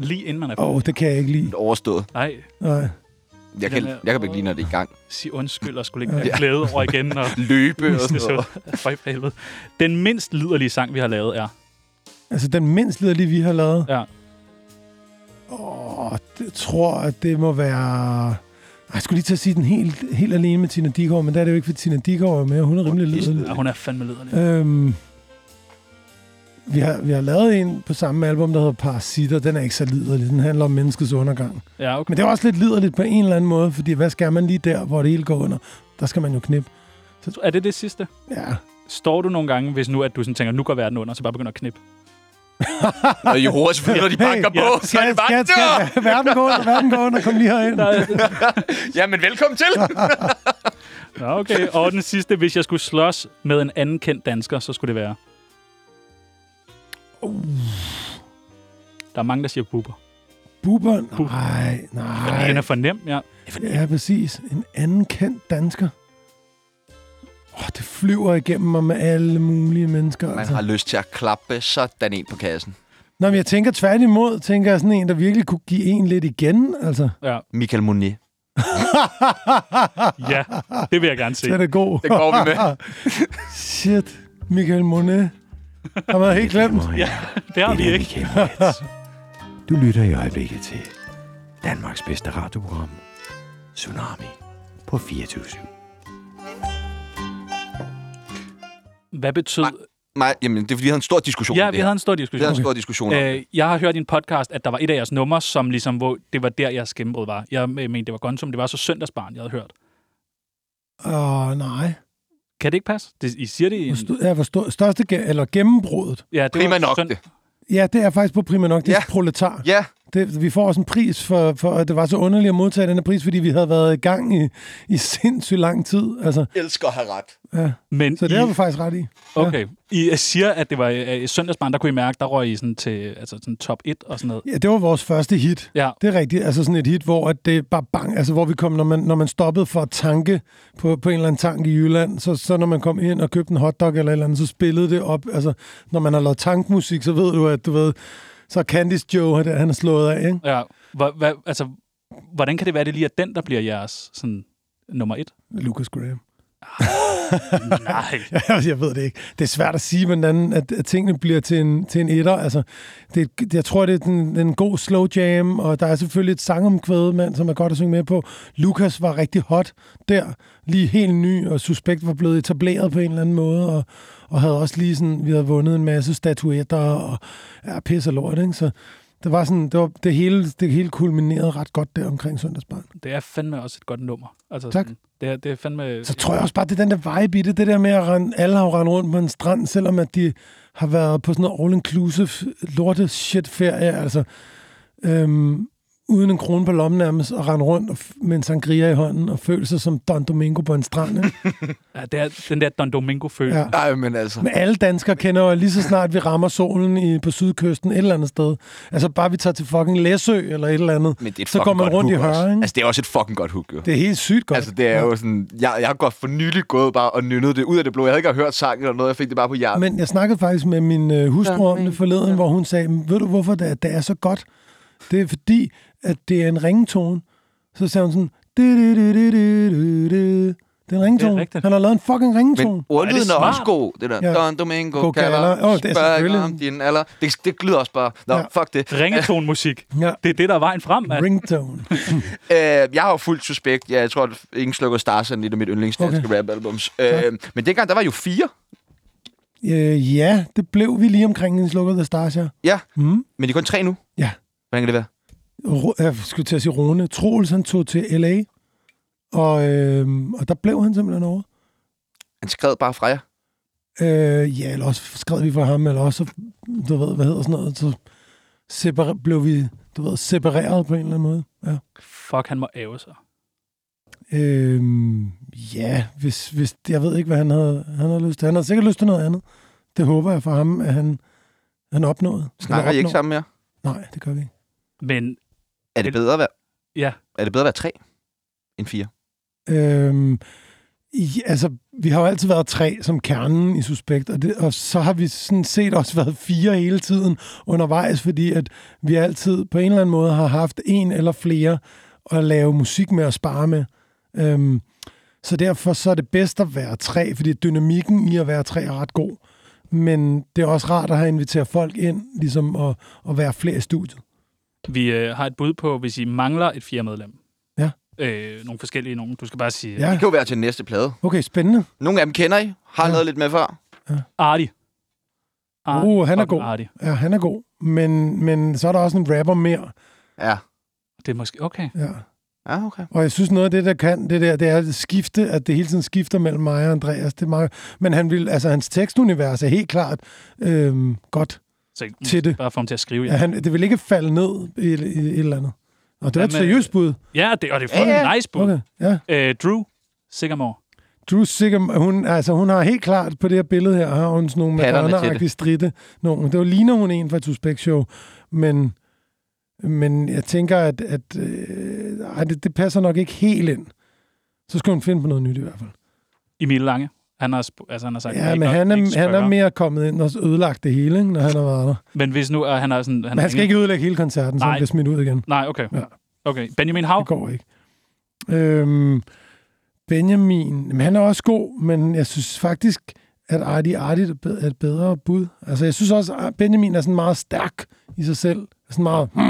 Lige inden man er... Åh, oh, det kan jeg ikke lide. Det er overstået. Nej, Nej. Jeg kan, Den er- jeg kan ikke lide, når det er i gang. sig undskyld og skulle ikke have glæde over igen. [LAUGHS] Og Løbe og [LAUGHS] sådan noget. Føj for helvede. Den mindst liderlige sang, vi har lavet, er... Altså, den mindst liderlige, vi har lavet. Ja. Åh, jeg tror, at det må være... Ej, Jeg skulle lige til at sige den helt, helt alene med Tina Dikov, men der er det jo ikke, fordi Tina Dikov er med, og hun er rimelig liderlig. Ja, hun er fandme liderlig. Øhm, vi, har, vi har lavet en på samme album, der hedder Parasitter. Den er ikke så liderlig. Den handler om menneskets undergang. Ja, okay. Men det er også lidt liderligt på en eller anden måde, fordi hvad skal man lige der, hvor det hele går under? Der skal man jo knippe. Er det det sidste? Ja, Står du nogle gange, hvis nu at du sådan tænker, nu går verden under, så bare begynder at knippe? Og i hovedet selvfølgelig, når de banker ja. på, så er det bare... skat, skat, verden går under, verden går under, kom lige [LAUGHS] herind. Ja, men velkommen til! Nå, okay. [LAUGHS] Og den sidste, hvis jeg skulle slås med en anden kendt dansker, så skulle det være... Uh. Der er mange, der siger buber. Bubber? Nej, nej. Den er for nem, ja. Ja, præcis. En anden kendt dansker. Åh, det flyver igennem mig med alle mulige mennesker. Man Altså. har lyst til at klappe sådan en på kassen. Nå, men jeg tænker tværtimod, tænker jeg sådan en, der virkelig kunne give en lidt igen. Altså, Ja, Michael Monet. ja. det vil jeg [LAUGHS] gerne se. det er det god. Det går vi med. Shit, Michael Monet. Har man helt glemt? Det har vi ikke. Du lytter i øjeblikket til Danmarks bedste radioprogram, Tsunami på 24 Hvad betød... Nej, jamen, det er fordi, vi havde en stor diskussion Ja, om vi det her. havde en stor Vi havde diskussion. en stor diskussion om Øh, jeg har hørt i en podcast, at der var et af jeres numre, som ligesom, hvor det var der, jeres gennembrud var. Jeg øh, mente, det var Gonsum. Det var så søndagsbarn, jeg havde hørt. Åh, nej. Kan det ikke passe? Det, I siger det i Hvor en... sto- Ja, hvor stor, største ge- eller gennembruddet. Ja, det var Prima nok sønd- det. Ja, det er faktisk på Prima Nok. Det er Ja. proletar. Ja, Det, vi får også en pris, for, for at det var så underligt at modtage den her pris, fordi vi havde været i gang i, i sindssygt lang tid. Altså, elsker at have ret. ja. Men Så det I, har du faktisk ret i. Okay. I øh, siger, at det var øh, søndagsbarn, der kunne I mærke, der røg I sådan til altså sådan top 1 og sådan noget. Ja, det var vores første hit. Ja. Det er rigtigt. Altså sådan et hit, hvor at det bare bang, altså hvor vi kom, når man, når man stoppede for at tanke på, på en eller anden tank i Jylland, så, så når man kom ind og købte en hotdog eller et eller andet, så spillede det op. Altså, når man har lavet tankmusik, så ved du, at du ved, så er Candice Joe, der, han er slået af, ikke? Ja. Hvor, hvad, altså, hvordan kan det være, det lige er den, der bliver jeres sådan, nummer 1? Lucas Graham. Nej. [LAUGHS] jeg ved det ikke. Det er svært at sige, hvordan at, at tingene bliver til en, til en etter. Altså, det, det- jeg tror, det er den, den god slow jam, og der er selvfølgelig et sangomkvæde, mand, som er godt at synge med på. Lukas var rigtig hot der, lige helt ny, og Suspekt var blevet etableret på en eller anden måde, og, og havde også lige sådan, vi havde vundet en masse statuetter, og ja, pis og lort, ikke? Så det var sådan, det, var, det, hele, det hele kulminerede ret godt der omkring Søndagsbarn. Det er fandme også et godt nummer. Altså, Tak. Sådan, Det, er- det er fandme... Så tror jeg også bare, det er den der vibe i det, det der med, at rende, alle har jo rendt rundt på en strand, selvom at de har været på sådan noget all-inclusive lorte shit ferie, altså øhm, uden en krone på lommen nærmest, og rende rundt og f- med en sangria i hånden, og føle sig som Don Domingo på en strand. Ikke? [LAUGHS] Ja, det er den der Don Domingo-følelse. Ja. Ja. Nej, men altså... Men alle danskere kender jo, at lige så snart vi rammer solen i, på sydkysten et eller andet sted, altså bare vi tager til fucking Læsø eller et eller andet, Men det er et så fucking går man godt rundt i hook også. hørring. Altså, det er også et fucking godt hook, jo. Det er helt sygt godt. Altså, det er jo sådan... Jeg, jeg har godt for nylig gået bare og nynnet det ud af det blå. Jeg havde ikke hørt sangen eller noget. Jeg fik det bare på hjertet. Men jeg snakkede faktisk med min øh, hustru om det forleden, hvor hun sagde, "Men ved du hvorfor det er, det er så godt? Det er fordi, at det er en ringetone. Så sagde hun sådan, "Du, du, du, du, du, du, du." det er en ringetone. rigtigt. Han har lavet en fucking ringetone. [LAUGHS] Men ordlyden er, smart? også god, det der. Ja. Ja. Don Domingo Go kalder, kalder. Åh, det er spørger ikke selvfølgelig- om din alder. Det, det glider også bare. Nå, Ja. ja. fuck det. Ringetonmusik. Ja. Det er det, der er vejen frem, mand. Ringtone. Øh, jeg har jo fuldt suspekt. Ja, jeg tror, at ingen slukker Stars er lidt af mit yndlingsdanske okay. rap-albums. Øh, men dengang, der var jo fire. øh, ja, det blev vi lige omkring en slukket af Stars, ja. Ja, Mm. men de er kun tre nu. Ja. Hvordan kan det være? Ro- jeg skulle til at sige Rune. Troels, han tog til L.A., og, øh, og der blev han simpelthen over. Han skred bare fra jer. Øh, ja, eller også skred vi fra ham, eller også, du ved, hvad hedder sådan noget, så separ- blev vi, du ved, separeret på en eller anden måde. Ja, Fuck, han må æve sig. øh, ja hvis, hvis, jeg ved ikke, hvad han havde, han havde lyst til. Han havde sikkert lyst til noget andet. Det håber jeg for ham, at han, han opnåede. Snakker I Eller ikke opnår. sammen mere? Nej, det gør vi ikke. Men Er det bedre at være, ja, er det bedre at være tre end fire? Øhm, i, altså, vi har jo altid været tre som kernen i Suspekt, og, det, og så har vi sådan set også [LAUGHS] været fire hele tiden undervejs, fordi at vi altid på en eller anden måde har haft en eller flere at lave musik med og spare med. Øhm, så derfor så er det bedst at være tre, fordi dynamikken i at være tre er ret god. Men det er også rart at have inviteret folk ind, ligesom at, at være flere i studiet. vi øh, har et bud på, hvis I mangler et fjerde medlem. Ja. Øh, nogle forskellige nogen. Du skal bare sige... Ja. Det kan jo være til den næste plade. Okay, spændende. Nogle af dem kender I. Har Ja. ja. lavet lidt med før. Arti. Uh, han er Fucking god. Arti. Ja, han er god. Men, men så er der også en rapper mere. Ja. Det er måske... Okay. Ja. Ja, okay. Og jeg synes, noget af det, der kan det der, det er at skifte, at det hele tiden skifter mellem mig og Andreas. Det er meget... Men han vil, altså, hans tekstunivers er helt klart øhm, godt Så, mm, til det. Bare få ham til at skrive, Ja, ja. han, det vil ikke falde ned i, i, i et eller andet. Og det var et Hvad med- seriøst bud. Ja, det, og det er fucking Ja, ja. nice bud. Okay, ja. Øh, Drew Sigamore. Drew Siggum, hun, altså, hun har helt klart på det her billede her, har hun sådan nogle Patterne til det. madonna-agtige stritte. Nogle. Det var ligner hun en fra et suspekt show, men, men jeg tænker, at, at øh, ej, det, det, passer nok ikke helt ind. Så skal hun finde på noget nyt i hvert fald. Emil Lange. Han har, sp- altså, han har sagt, Ja, "Kan I men godt han ikke er, han er spørge?" mere kommet ind og ødelagt det hele, ikke, når han har været der. Men hvis nu er han er sådan... Men han skal ringer- ikke ødelægge hele koncerten, så han Nej. bliver smidt ud igen. Nej, okay. Ja. Okay. Benjamin Hav. Det går ikke. Øhm, Benjamin, jamen, han er også god, men jeg synes faktisk, at Artie Artie er be- er et bedre bud. Altså, jeg synes også, at Benjamin er sådan meget stærk i sig selv. Sådan meget, hmm,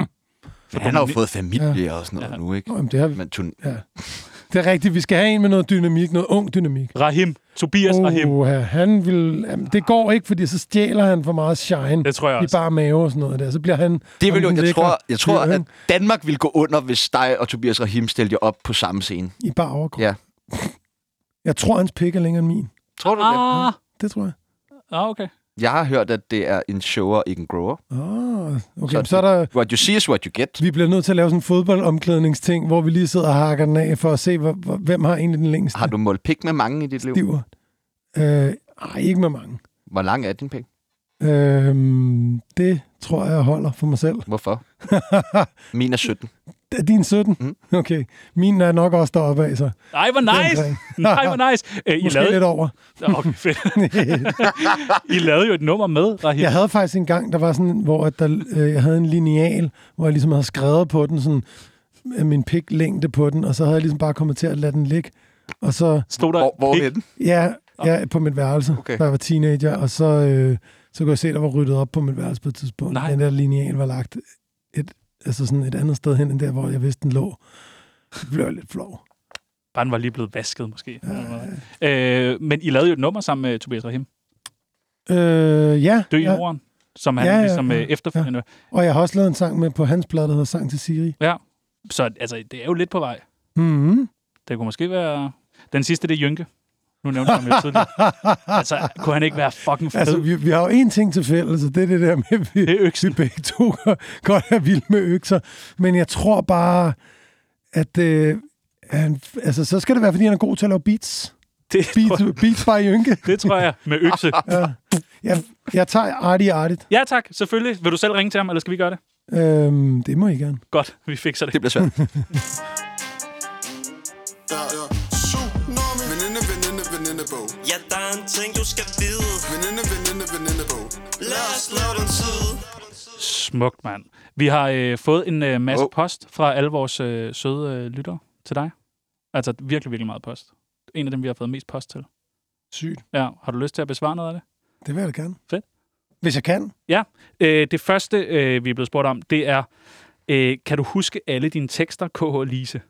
Men han har jo fået familie ja. og sådan noget ja. nu, ikke? nå, jamen, det, har, Men tun- det er rigtigt, vi skal have en med noget dynamik, noget ung dynamik. Rahim. Tobias oh. Rahim. Oh, han vil, jamen, det går ikke, fordi så stjæler han for meget shine Det tror jeg i også. bare mave og sådan noget der. Så bliver han... det vil jo, ham den jeg lækre tror, jeg tror, fyr, at ikke? Danmark ville gå under, hvis dig og Tobias Rahim stillede jer op på samme scene. I bare overkrop. Ja. [LAUGHS] Jeg tror, hans pik er længere end min. Tror du det? Ah, Det tror jeg. ah, okay. Jeg har hørt, at det er en shower, ikke en grower. Ah, okay, Så- så, så er der... What you see is what you get. Vi bliver nødt til at lave sådan en fodboldomklædningsting, hvor vi lige sidder og hakker den af for at se, hvor, hvor, hvem har egentlig den længste Har du målt pik med mange i dit liv? diver. Øh, ej, ikke med mange. Hvor lang er din pik? Øh, det tror jeg, jeg holder for mig selv. Hvorfor? Min er 17. Det er din 17? Mm. Okay. Min er nok også deroppe af, så. Ej, hvor nice. omkring. [LAUGHS] Nej, hvor nice. Æ, I, Måske lidt lavede, over. [LAUGHS] okay, fedt. I lavede jo et nummer med Rahim. Jeg havde faktisk en gang, der var sådan, hvor at der, øh, jeg havde en lineal, hvor jeg ligesom havde skrevet på den, sådan øh, min piklængde på den, og så havde jeg ligesom bare kommet til at lade den ligge. Og så Stod der Hvor, hvor pik? er den? Ja, ja på mit værelse, okay. Okay. da jeg var teenager. Og så, øh, så kunne jeg se, der var ryddet op på mit værelse på et tidspunkt. Nej. Den der lineal var lagt et, altså sådan et andet sted hen, end der, hvor jeg vidste, den lå. Det blev jeg lidt flov. Bare den var lige blevet vasket, måske. Øh, men I lavede jo et nummer sammen med Tobias Rahim. Øh, ja, Dø i ja, Norden. Som han Ja, ja, ligesom ja, øh, efterfølgende... og jeg har også lavet en sang med på hans plade, der hedder Sang til Siri. Ja. Så altså, det er jo lidt på vej. Mm-hmm. Det kunne måske være... Den sidste, det er Jynke. Nu nævnte jeg ham jo [LAUGHS] tidligere. Altså, kunne han ikke være fucking fed? Altså, vi, vi har jo én ting til fælles, og det er det der med, at vi, Det er øksen. vi begge to [LAUGHS] godt er vilde med økser. Men jeg tror bare, at øh, han, altså, så skal det være, fordi han er god til at lave beats. [LAUGHS] det, Beats, tror, beats by Jynke. det tror jeg. Med [LAUGHS] økse. Jeg, jeg tager artigt artigt. Ja tak, selvfølgelig. Vil du selv ringe til ham, eller skal vi gøre det? Øhm, det må I gerne. Godt, vi fikser det. Det bliver svært. Ja, ja. Tsunami. Veninde, veninde, venindebog. Ja, der er en ting, du skal vide. Veninde, veninde, venindebog. Lad os slå den tid. Smukt, mand. Vi har øh, fået en øh, masse Wow. oh. post fra alle vores øh, søde øh, lyttere til dig. Altså virkelig, virkelig meget post. En af dem, vi har fået mest post til. Sygt. Ja, har du lyst til at besvare noget af det? Det vil jeg da gerne. Fedt. Hvis jeg kan. Ja, øh, det første, øh, vi er blevet spurgt om, det er, øh, kan du huske alle dine tekster, KH Lise?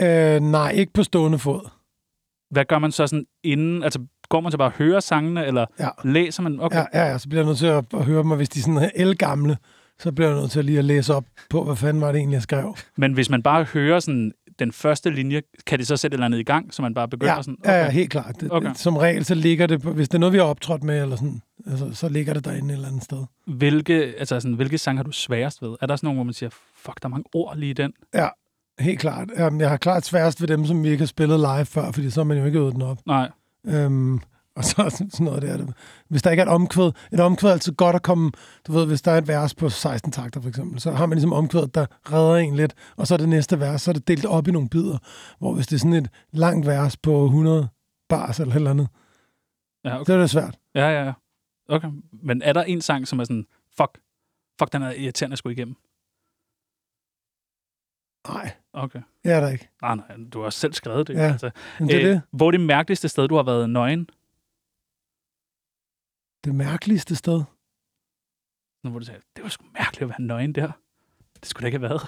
Øh, nej, ikke på stående fod. Hvad gør man så sådan inden? Altså, går man så bare og hører sangene, eller Ja. læser man? Okay. Ja, ja, ja, så bliver jeg nødt til at, at høre dem, og hvis de sådan er elgamle, så bliver jeg nødt til lige at læse op på, hvad fanden var det egentlig, jeg skrev. Men hvis man bare hører sådan den første linje, kan det så sætte et eller andet i gang, så man bare begynder Ja, sådan? okay. ja, ja, helt klart. Det, Okay. okay. Som regel, så ligger det, på- hvis det er noget, vi har optrådt med, eller sådan, altså, så ligger det derinde et eller andet sted. Hvilke, altså sådan, hvilke sang har du sværest ved? Er der sådan nogle, hvor man siger, fuck, der er mange ord lige i den? Ja, helt klart. Jamen, jeg har klart sværest ved dem, som vi ikke har spillet live før, fordi så har man jo ikke øvet den op. Nej. Øhm, og så er sådan sådan noget der. Hvis der ikke er et omkvæd, et omkvæd er altid godt at komme, du ved, hvis der er et vers på 16 takter for eksempel, så har man ligesom omkvædet, der redder en lidt, og så er det næste vers, så er det delt op i nogle bidder, hvor hvis det er sådan et langt vers på 100 bars eller et eller andet, Ja, så okay. er det svært. Ja, ja, ja. Okay. Men er der en sang, som er sådan, fuck, fuck, den er irriterende at skulle igennem? Nej, Okay. det er der ikke. Nej, nej, du har også selv skrevet det. Altså, Ja, Men Øh, det er det. Hvor er det mærkeligste sted, du har været nøgen? Det mærkeligste sted. Nu hvor du siger, det var sgu mærkeligt at være nøgen der. Det skulle da ikke have været.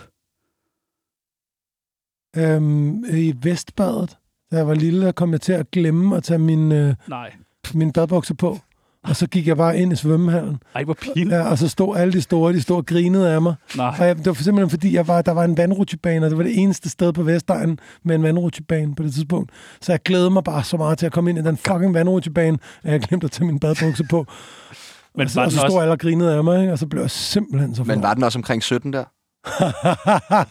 Øhm, I Vestbadet, da jeg var lille, der kom jeg til at glemme at tage min, øh, Nej. min badbukser på. Og så gik jeg bare ind i svømmehallen, Ej, hvor pinligt. ja, og så stod alle de store, de stod og grinede af mig. Nej. Og jeg, det var simpelthen fordi, jeg var, der var en vandrutsjebane, og det var det eneste sted på Vestegnen med en vandrutsjebane på det tidspunkt. Så jeg glædede mig bare så meget til at komme ind i den fucking vandrutsjebane, at jeg glemte at tage min badbukser på. Men og så, var og den så stod også, alle og grinede af mig, ikke? og så blev jeg simpelthen så Men flov. var den også omkring 17 der?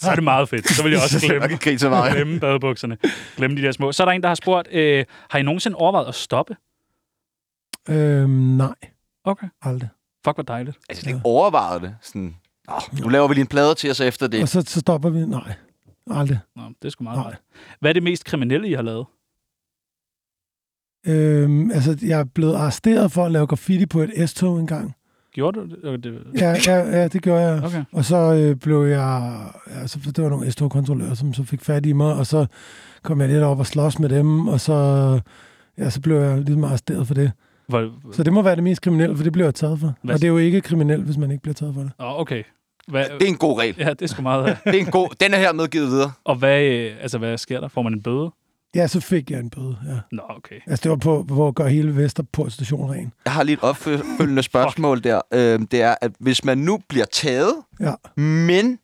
så er det meget fedt. Så vil jeg også glemme, Jeg kan grine så meget. glemme badebukserne. Glemme de der små. Så er der en, der har spurgt, øh, har I nogensinde overvejet at stoppe? [LAUGHS] Øhm, nej, Okay. aldrig. Fuck, hvor dejligt. Altså, jeg overvejede det. Sådan, Nå, nu laver vi lige en plade til os efter Og det. så, så stopper vi. Nej, aldrig. Nå, det er sgu meget Nej. dejligt. Hvad er det mest kriminelle, I har lavet? Øhm, altså, jeg er blevet arresteret for at lave graffiti på et S-tog engang. Gjorde du det? Øh, det? Ja, ja, ja det gjorde jeg. Okay. Og så øh, blev jeg... Ja, så, der var nogle S-tog-kontrollører, som så fik fat i mig, og så kom jeg lidt op og slås med dem, og så, ja, så blev jeg ligesom arresteret for det. Hvor, Så det må være det mest kriminelle, for det blev jeg taget for. Hvad- Og det er jo ikke kriminelt, hvis man ikke bliver taget for det. Nå, okay. Hvad, Det er en god regel. ja, det er sgu meget. Det er en god... Den er her medgivet videre. Og hvad, øh, altså, hvad sker der? Får man en bøde? Ja, så fik jeg en bøde, ja. Nå, okay. Altså, det var på, hvor at gøre hele Vesterport station ren. Jeg har lige et opfølgende spørgsmål der. Øhm, det er, at hvis man nu bliver taget, Ja. men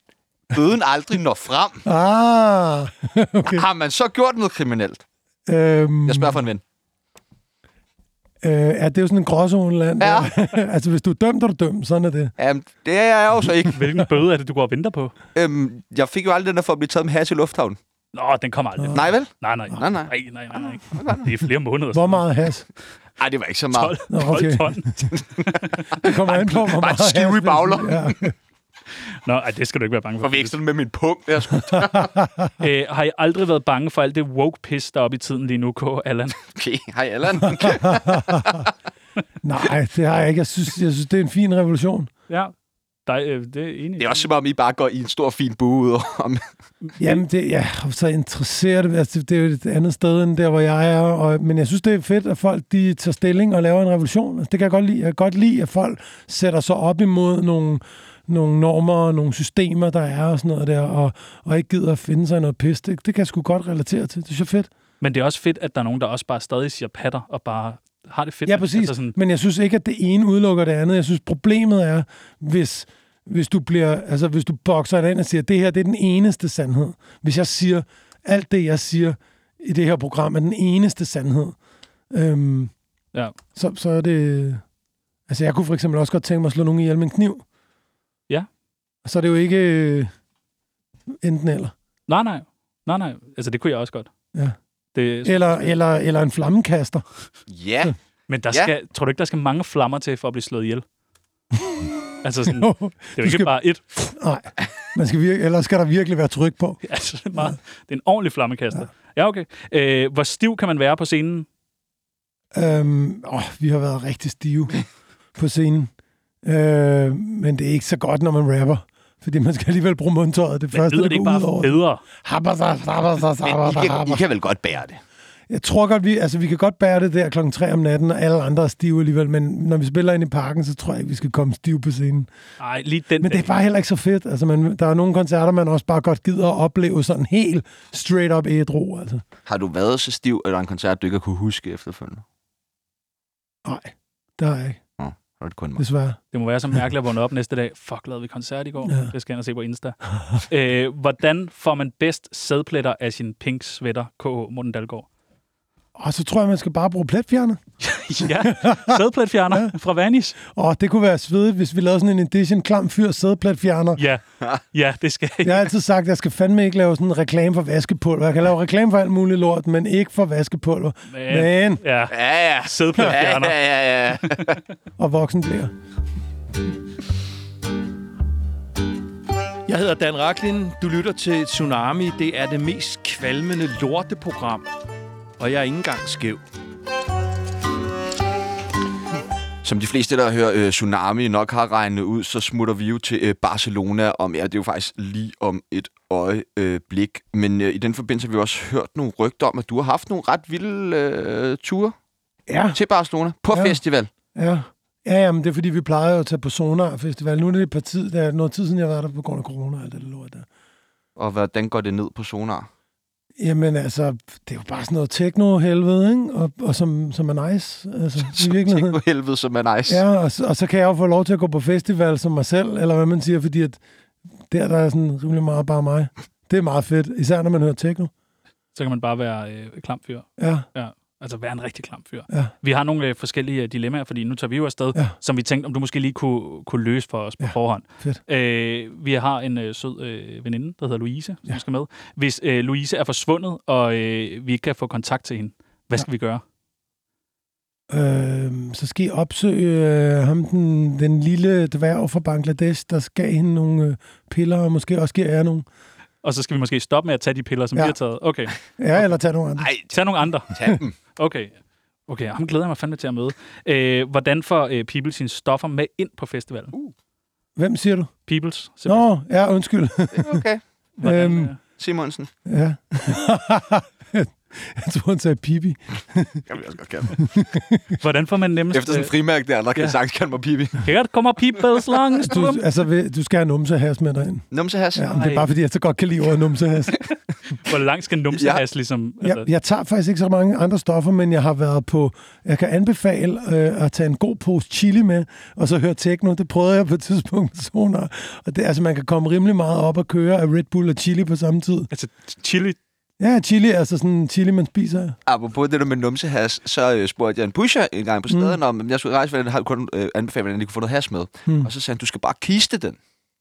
bøden aldrig når frem, Ah, okay. har man så gjort noget kriminelt? Øhm, Jeg spørger for en ven. Øh, ja, det er jo sådan en gråzoneland. Ja. [LAUGHS] altså, hvis du er dømt, er du dømt. Sådan er det. Jamen, det er jeg jo så [LAUGHS] ikke. Hvilken bøde er det, du går og venter på? Øhm, jeg fik jo aldrig den der for at blive taget med hash i lufthavnen. Nå, den kommer aldrig. Nej vel? Nej, nej. Nej, nej. Nej, nej, nej, nej. Det er flere måneder. Hvor meget has? Nej, det var ikke så meget. 12, Nå, 12 okay. ton. Det kommer an på, Bare hvor meget et skive has i bagler. det er. Ja. Nå, ej, det skal du ikke være bange for. Forvekslet med min punkt. Jeg skulle Æ, har I aldrig været bange for alt det woke-pis, der er oppe i tiden lige nu, K. Allan? Okay, hej Allan. Nej, det har jeg ikke. Jeg synes, jeg synes, det er en fin revolution. Ja, dig, øh, det er enig. Det er også som om, I bare går i en stor fin bue ud over ham. Jamen, det, ja, og så interesserer det. Altså, det er jo et andet sted end der, hvor jeg er. Og, men jeg synes, det er fedt, at folk de tager stilling og laver en revolution. Altså, det kan jeg godt lide. Jeg kan godt lide, at folk sætter sig op imod nogle, nogle normer og nogle systemer, der er og sådan noget der, og, og ikke gider at finde sig i noget pis. Det, det kan jeg sgu godt relatere til. Det synes jeg er fedt. Men det er også fedt, at der er nogen, der også bare stadig siger patter og bare har det fedt. Ja, med det. præcis. Altså sådan, Men jeg synes ikke, at det ene udelukker det andet. Jeg synes, problemet er, hvis, hvis du bliver, altså hvis du bokser dig ind og siger, det her det er den eneste sandhed. Hvis jeg siger, alt det jeg siger, i det her program er den eneste sandhed, øhm, Ja. så, så er det... Altså, jeg kunne for eksempel også godt tænke mig at slå nogen ihjel med en kniv. Ja. Og så er det jo ikke øh, enten eller. Nej, nej. Nej, nej. Altså, det kunne jeg også godt. Ja. Det, Eller, eller, eller en flammekaster. Ja. men der Ja. skal, tror du ikke, der skal mange flammer til for at blive slået ihjel? altså, sådan, det [LAUGHS] Jo. er jo ikke skal- bare et. [LAUGHS] Nej. Man skal vir- eller skal der virkelig være tryk på? Altså, det er, meget, det er en ordentlig flammekaster. Ja, ja okay. Øh, hvor stiv kan man være på scenen? Øhm, åh, vi har været rigtig stive på scenen. Øh, men det er ikke så godt, når man rapper. Fordi man skal alligevel bruge mundtøjet. Det Men første, lyder det det ikke går ud bare over. bedre? Habba, da, habba, da, habba, Men I da, kan, I habba. kan vel godt bære det. Jeg tror godt, vi, altså, vi kan godt bære det der klokken 3 om natten, og alle andre er stive alligevel. Men når vi spiller ind i parken, så tror jeg ikke, vi skal komme stive på scenen. Nej, lige den Men det er bare heller ikke så fedt. Altså, man, der er nogle koncerter, man også bare godt gider at opleve sådan helt straight up ædru. Altså. Har du været så stiv, eller en koncert, du ikke har kunne huske efterfølgende? Nej, det har jeg ikke, Så er det kun mig. desværre. Det må være så mærkeligt at vågne op næste dag. Fuck, lavede vi koncert i går? Ja. Ja. Det skal jeg ind og se på Insta. øh, hvordan får man bedst sædpletter af sin pink sweater, K.H. Morten Dalgaard? Og så tror jeg, man skal bare bruge pletfjerner. ja, [LAUGHS] sædpletfjerner ja. fra Vanish. Og det kunne være svedigt, hvis vi lavede sådan en edition klam fyr sædeplatfjerner. Ja. ja, det skal jeg. Jeg har altid sagt, at jeg skal fandme ikke lave sådan en reklame for vaskepulver. Jeg kan lave reklame for alt muligt lort, men ikke for vaskepulver. Men- Men, Ja, Ja, ja. Ja, sædpletfjerner. ja, ja, ja. og voksen bliver. Jeg hedder Dan Raklin. Du lytter til Tsunami. Det er det mest kvalmende lorteprogram. Og jeg er ikke engang skæv. Som de fleste, der hører øh, Tsunami nok har regnet ud, så smutter vi jo til øh, Barcelona om, ja, det er jo faktisk lige om et øjeblik. Men øh, i den forbindelse har vi også hørt nogle rygter om, at du har haft nogle ret vilde øh, ture Ja, til Barcelona på Ja. ja. festival. ja. Ja, jamen, det er fordi, vi plejede jo at tage på Sonar Festival. Nu er det et par tid, der er noget tid siden, jeg var der på grund af corona og alt det der lort der. Og hvordan går det ned på Sonar? Jamen altså, det er jo bare sådan noget techno-helvede, ikke? Og, og som, som er nice, altså, [LAUGHS] i Tænk virkeligheden. på helvede, som er nice. Ja, og, så- og så kan jeg jo få lov til at gå på festival som mig selv, eller hvad man siger, fordi at der, der er sådan rimelig meget bare mig. Det er meget fedt, især når man hører techno. Så kan man bare være øh, klam fyr. Ja, Ja. Altså være en rigtig klam fyr. Ja. Vi har nogle øh, forskellige øh, dilemmaer, fordi nu tager vi jo afsted, Ja. ja. som vi tænkte, om du måske lige kunne, kunne løse for os på Ja, ja. forhånd. fedt. Øh, vi har en øh, sød øh, veninde, der hedder Louise, som ja. skal med. Hvis øh, Louise er forsvundet, og øh, vi ikke kan få kontakt til hende, hvad skal vi gøre? øh, så skal I opsøge øh, ham, den, den lille dværg fra Bangladesh, der skal hende nogle øh, piller, og måske også giver jer nogle. Og så skal vi måske stoppe med at tage de piller, som Ja. ja. vi har taget. Okay, Ja, eller tage nogle andre. Ej, tag nogle andre. tag dem. Okay. Okay, ham glæder jeg mig fandme til at møde. Øh, hvordan får øh, Peoples sine stoffer med ind på festivalen? Hvem siger du? Peoples? simpelthen. Nå, ja, undskyld. [LAUGHS] Okay, Hvordan, øhm, øh, Simonsen. ja. [LAUGHS] jeg tror, han sagde pibi. Jeg vil også godt kalde hvordan får man nemmest... Efter sådan en frimærk der, der kan jeg sagtens kalde mig Pibi. øh, her kommer Peoples langs. Du, altså, vil- du skal have numsehas med dig ind. Numsehas. Ja, men det er bare, fordi jeg så godt kan lide ordet numsehas. Hvor langt skal numse Ja. ja. ligesom? Altså, Jeg, jeg tager faktisk ikke så mange andre stoffer, men jeg har været på... Jeg kan anbefale øh, at tage en god pose chili med, og så høre techno. Det prøvede jeg på et tidspunkt med Sonar. Og det, altså, man kan komme rimelig meget op og køre af Red Bull og chili på samme tid. altså chili. Ja, chili er altså sådan en chili, man spiser. Apropos det der med numsehas, så øh, spurgte jeg en pusher en gang på stedet, mm. om om jeg skulle rejse, hvordan jeg kun øh, anbefale, hvordan de kunne få noget has med. Mm. Og så sagde han, du skal bare kiste den.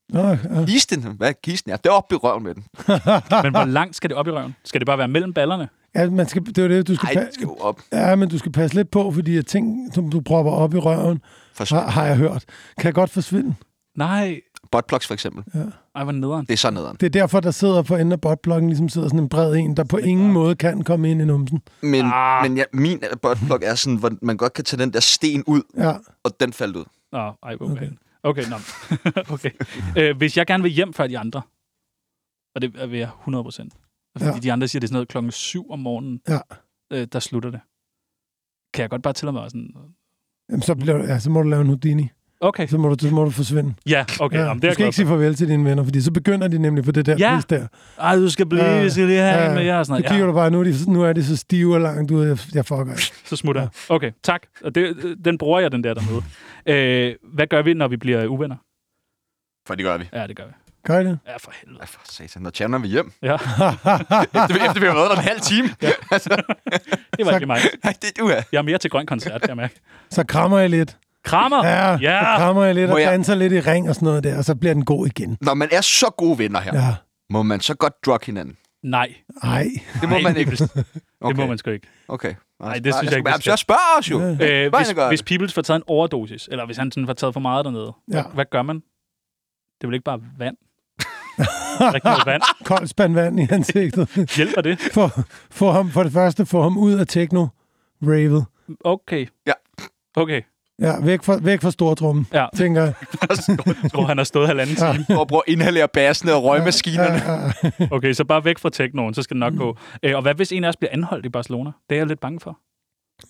Nå, ja. Kiste den? Hvad er kisten? Ja, det er oppe i røven med den. Men hvor langt skal det op i røven? Skal det bare være mellem ballerne? ja, man skal, det er jo det, du skal, Nej, pa- den skal jo op. Ja, men du skal passe lidt på, fordi at ting, som du propper op i røven, For har, har jeg hørt, kan godt forsvinde. Nej. buttplugs for eksempel. Ej, hvor nederen. Det er sådan noget. Det er derfor, der sidder for enden af botblokken, ligesom sidder sådan en bred en, der på ingen måde kan komme ind i numsen. Men, Ah. men ja, min øh, buttplug er sådan, hvor man godt kan tage den der sten ud, Ja. og den faldt ud. Nå, ej, hvor okay. Okay, nå. [LAUGHS] okay. Øh, hvis jeg gerne vil hjem før de andre, og det vil jeg 100 procent, Altså, Ja. fordi ja. de andre siger, det er sådan noget klokken 7 om morgenen, Ja. øh, der slutter det. Kan jeg godt bare tillade mig sådan... Jamen, så, bliver, du- ja, så må du lave en Houdini. Okay, Så må du, så må du forsvinde. ja, okay. ja. Ja. Jamen, du det er jeg skal glad ikke sige farvel til dine venner, fordi så begynder de nemlig på det der Ja. pis der. for. Ej, du skal blive, Ja. ja. skal lige have Ja, ja. med jer og Så sådan noget. kigger Ja, du bare, nu er, de, nu er de så stive og langt ud, jeg, jeg fucker ikke. så smutter jeg. Okay, tak. Og det, øh, den bruger jeg, den der dernede. Øh, hvad gør vi, når vi bliver uvenner? For det gør vi. Ja, det gør vi. Gør I det? Ja, for helvede. Ja, for satan. Når Chandler vil hjem. [LAUGHS] Ja. efter, efter vi har været der en halv time. Ja. altså, Det var ikke mig. nej, det du er. Jeg er mere til grøn koncert, kan jeg mærke. Så krammer jeg lidt. Krammer! Ja, ja. så krammer jeg lidt Må og jeg- danser lidt i ring og sådan noget der, og så bliver den god igen. Når man er så gode venner her, ja. Ja. må man så godt drugge hinanden. Nej, Ej. Det må Ej, man det ikke. er vist- Okay. det må man sgu ikke. Okay. Altså, Ej, det synes jeg ikke, vi Jeg, skal. jeg spørger os jo. Ja. Øh, Hvor er hvis, det godt? hvis Peoples får taget en overdosis, eller hvis han sådan får taget for meget dernede, Ja. hvad, hvad gør man? Det er vel ikke bare vand? Rigtig noget vand. Kold spand vand i [LAUGHS] ansigtet. Hjælper det? For, for, ham, for det første, få ham ud af techno-ravet. Okay. Ja. Okay. Ja, væk fra, væk fra stortrummen, Ja. tænker jeg. Jeg tror, han har stået halvanden time. Og prøver Altså, at inhalere bassene og røgmaskinerne. Okay, så bare væk fra teknoen, så skal det nok gå. Øh, og hvad hvis en af os bliver anholdt i Barcelona? Det er jeg lidt bange for.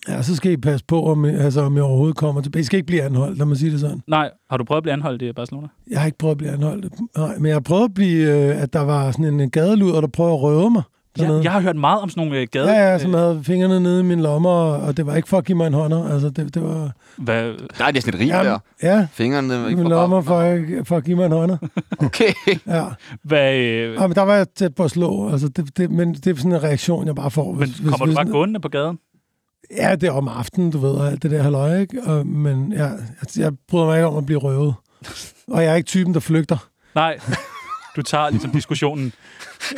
Ja, så skal I passe på, om I, altså, om I overhovedet kommer tilbage. I skal ikke blive anholdt, lad mig sige det sådan. Nej, har du prøvet at blive anholdt i Barcelona? Jeg har ikke prøvet at blive anholdt. Nej, men jeg har prøvet at blive, øh, at der var sådan en gadeluder, der prøvede at røve mig. Ja, dernede. jeg har hørt meget om sådan nogle øh, gade... Ja, ja, som havde fingrene nede i mine lommer, og og det var ikke for at give mig en hånder. Altså, det, det var... Hvad, Nej, det er sådan et rim der. Jamen, ja, Fingrene var i ikke mine for lommer for, at- for at give mig en [LAUGHS] hånder. Okay. Ja. hvad, øh, ja, men der var jeg tæt på at slå. Altså, det, det, men det er sådan en reaktion, jeg bare får. men kommer du bare hvis, gående på gaden? Ja, det er om aftenen, du ved, og alt det der halløj, ikke? Og, men ja, altså, jeg bryder mig ikke om at blive røvet. Og jeg er ikke typen, der flygter. Nej, du tager ligesom diskussionen.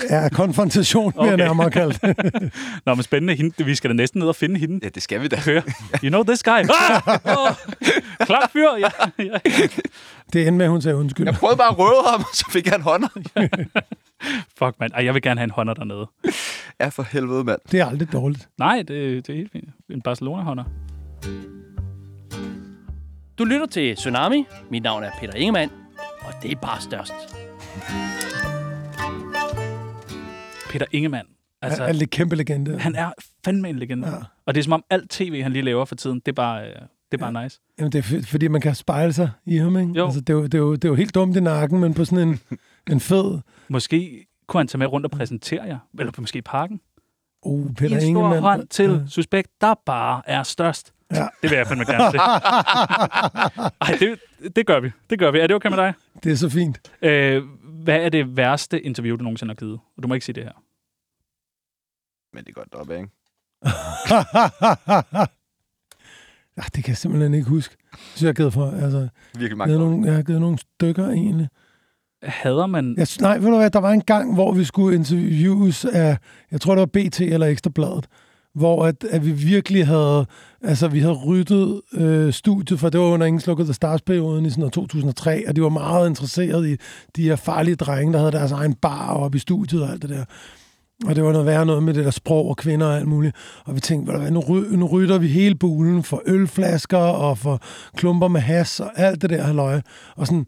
Jeg er konfrontation, okay. vil jeg Okay. nærmere kalde det. Nå, men spændende, hende, vi skal da næsten ned og finde hende. Ja, det skal vi da. Køre. You know this guy. Ah! Oh! Klap fyr. Ja, ja. Det endte med, at hun sagde undskyld. Jeg prøvede bare at røve ham, og så fik jeg en hånder. Fuck, mand. Ej, jeg vil gerne have en hånder dernede. Ja, for helvede, mand. Det er aldrig dårligt. Nej, det, det er helt fint. En Barcelona-hånder. Du lytter til Tsunami. Mit navn er Peter Ingemann, og det er bare størst. Peter Ingemann. Altså, Altså, er, er det kæmpe legende. han er fandme en legende. Ja. Og det er som om alt tv, han lige laver for tiden, det er bare, øh, det er bare nice. Jamen, det er f- fordi, man kan spejle sig i ham, ikke? Jo. Altså, det, er jo, det, er jo, det er jo helt dumt i nakken, men på sådan en, [LAUGHS] en fed... Måske kunne han tage med rundt og præsentere jer. Eller måske i parken. Oh, En Peter stor Ingemann. hånd til suspekt, der bare er størst. Ja. [LAUGHS] Det vil jeg fandme gerne se. Ej, det, det gør vi. Det gør vi. Er det okay med dig? Det er så fint. [LAUGHS] Øh, hvad er det værste interview, du nogensinde har givet? Og du må ikke sige det her. Men det er godt deroppe, ikke? ja, det kan jeg simpelthen ikke huske. Det synes jeg, jeg har givet for. Altså, jeg, Virkelig har mange givet nogen... nogle, jeg har givet nogle stykker, egentlig. Hader man... Jeg, s- nej, ved du hvad, der var en gang, hvor vi skulle interviews af, jeg tror det var BT eller Ekstrabladet, hvor at, at vi virkelig havde, altså vi havde ryddet øh, studiet, for det var under Engelsk Lukket The Stars-perioden i sådan noget 2003, og de var meget interesserede i de her farlige drenge, der havde deres egen bar oppe i studiet og alt det der. Og det var noget værre noget med det der sprog og kvinder og alt muligt. Og vi tænkte, ved du hvad, nu, ry- nu rydder vi hele bulen for ølflasker og for klumper med has og alt det der halløj. Og sådan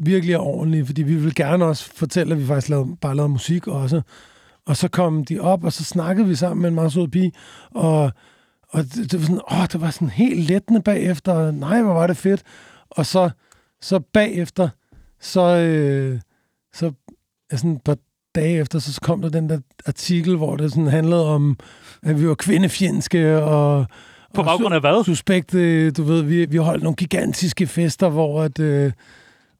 virkelig er ordentlige, fordi vi vil gerne også fortælle, at vi faktisk lavede, bare lavede musik også. Og så kom de op, og så snakkede vi sammen med en meget sød pige, og, og det, det, var sådan, åh, det var sådan helt lettende bagefter, og nej, hvor var det fedt. Og så, så bagefter, så, øh, så ja, sådan et par dage efter, så kom der den der artikel, hvor det sådan handlede om, at vi var kvindefjendske, og På baggrund af hvad? suspekt, øh, du ved, vi, vi holdt nogle gigantiske fester, hvor, at, øh,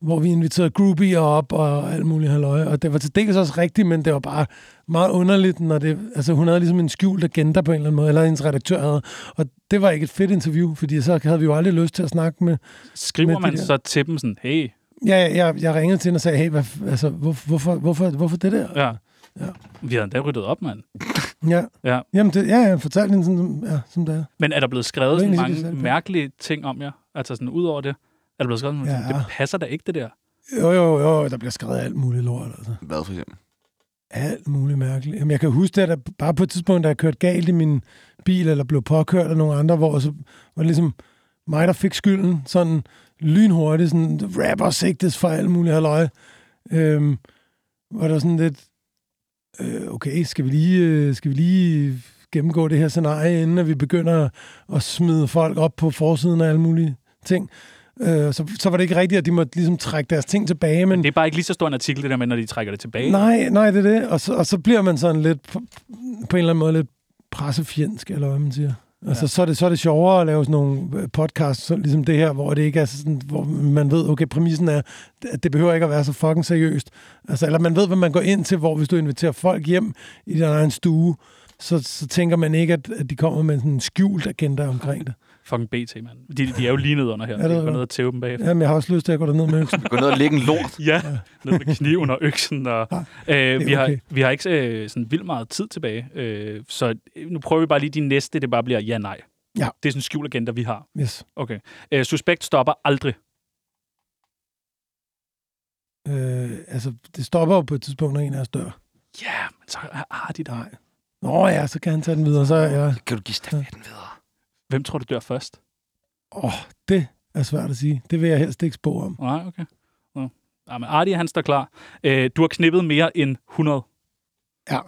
hvor vi inviterede groupier op og alt muligt halløj. Og det var til dels også rigtigt, men det var bare meget underligt, når det, altså hun havde ligesom en skjult agenda på en eller anden måde, eller hendes redaktør havde. Og det var ikke et fedt interview, fordi så havde vi jo aldrig lyst til at snakke med... med Skriver de man der- så til dem sådan, hey, Ja, jeg, jeg, jeg ringede til hende og sagde, hey, hvad, f- altså, hvor, hvorfor, hvorfor, hvorfor det der? ja, ja. vi havde endda ryddet op, mand. Ja. Ja. Jamen, det, ja, jeg fortalte hende sådan, som- ja, som det er. Men er der blevet skrevet Det er sådan egentlig det, mange det er. mærkelige ting om jer? Altså sådan ud over det? Er der blevet skrevet sådan, ja. Ja. det passer da ikke, det der? Jo, jo, jo, der bliver skrevet alt muligt lort, altså. Hvad for eksempel? Alt muligt mærkeligt. Jamen, jeg kan huske det, at der bare på et tidspunkt, da jeg kørte galt i min bil, eller blev påkørt af nogle andre, hvor så var det ligesom mig, der fik skylden, sådan lynhurtigt, sådan rapper sigtes for alt muligt halløj. Øhm, var der sådan lidt, øh, okay, skal vi, lige, øh, skal vi lige gennemgå det her scenarie, inden at vi begynder at smide folk op på forsiden af alle mulige ting. Øh, så, så var det ikke rigtigt, at de måtte ligesom trække deres ting tilbage, men Det er bare ikke lige så stor en artikel, det der med, når de trækker det tilbage. Nej, nej, det er det. Og så, og så bliver man sådan lidt, på, på en eller anden måde, lidt pressefjendsk, eller hvad man siger. Altså, ja. så, er det, så er det sjovere at lave sådan nogle podcasts, så, ligesom det her, hvor det ikke er sådan, hvor man ved, okay, præmissen er, at det behøver ikke at være så fucking seriøst. Altså, eller man ved, hvad man går ind til, hvor hvis du inviterer folk hjem i din egen stue, så, så tænker man ikke, at, at de kommer med sådan en skjult agenda omkring det. Fucking BT, mand. De, de er jo lige nede under her. Ja, Ja, det det er er det. ned og tæve dem bagefter. Jamen, jeg har også lyst til at gå derned med øksen. Gå ned og lægge en lort. Ja, ned med kniven og øksen. Og, øh, vi, har, okay. vi har ikke øh, sådan vildt meget tid tilbage, øh, så nu prøver vi bare lige de næste, det bare bliver ja-nej. Ja. Det er sådan en skjult agenda, vi har. Yes. Okay. Øh, suspekt stopper aldrig. Øh, altså, det stopper jo på et tidspunkt, når en af os dør. Ja, men så har de dig. Nå ja, så kan han tage den videre. Så, ja. Kan du give stafetten videre? Hvem tror du dør først? Åh, det er svært at sige. Det vil jeg helst ikke spå om. Nej, okay. Nå. Ja, men Artie, han står klar. Øh, du har knippet mere end 100. Ja.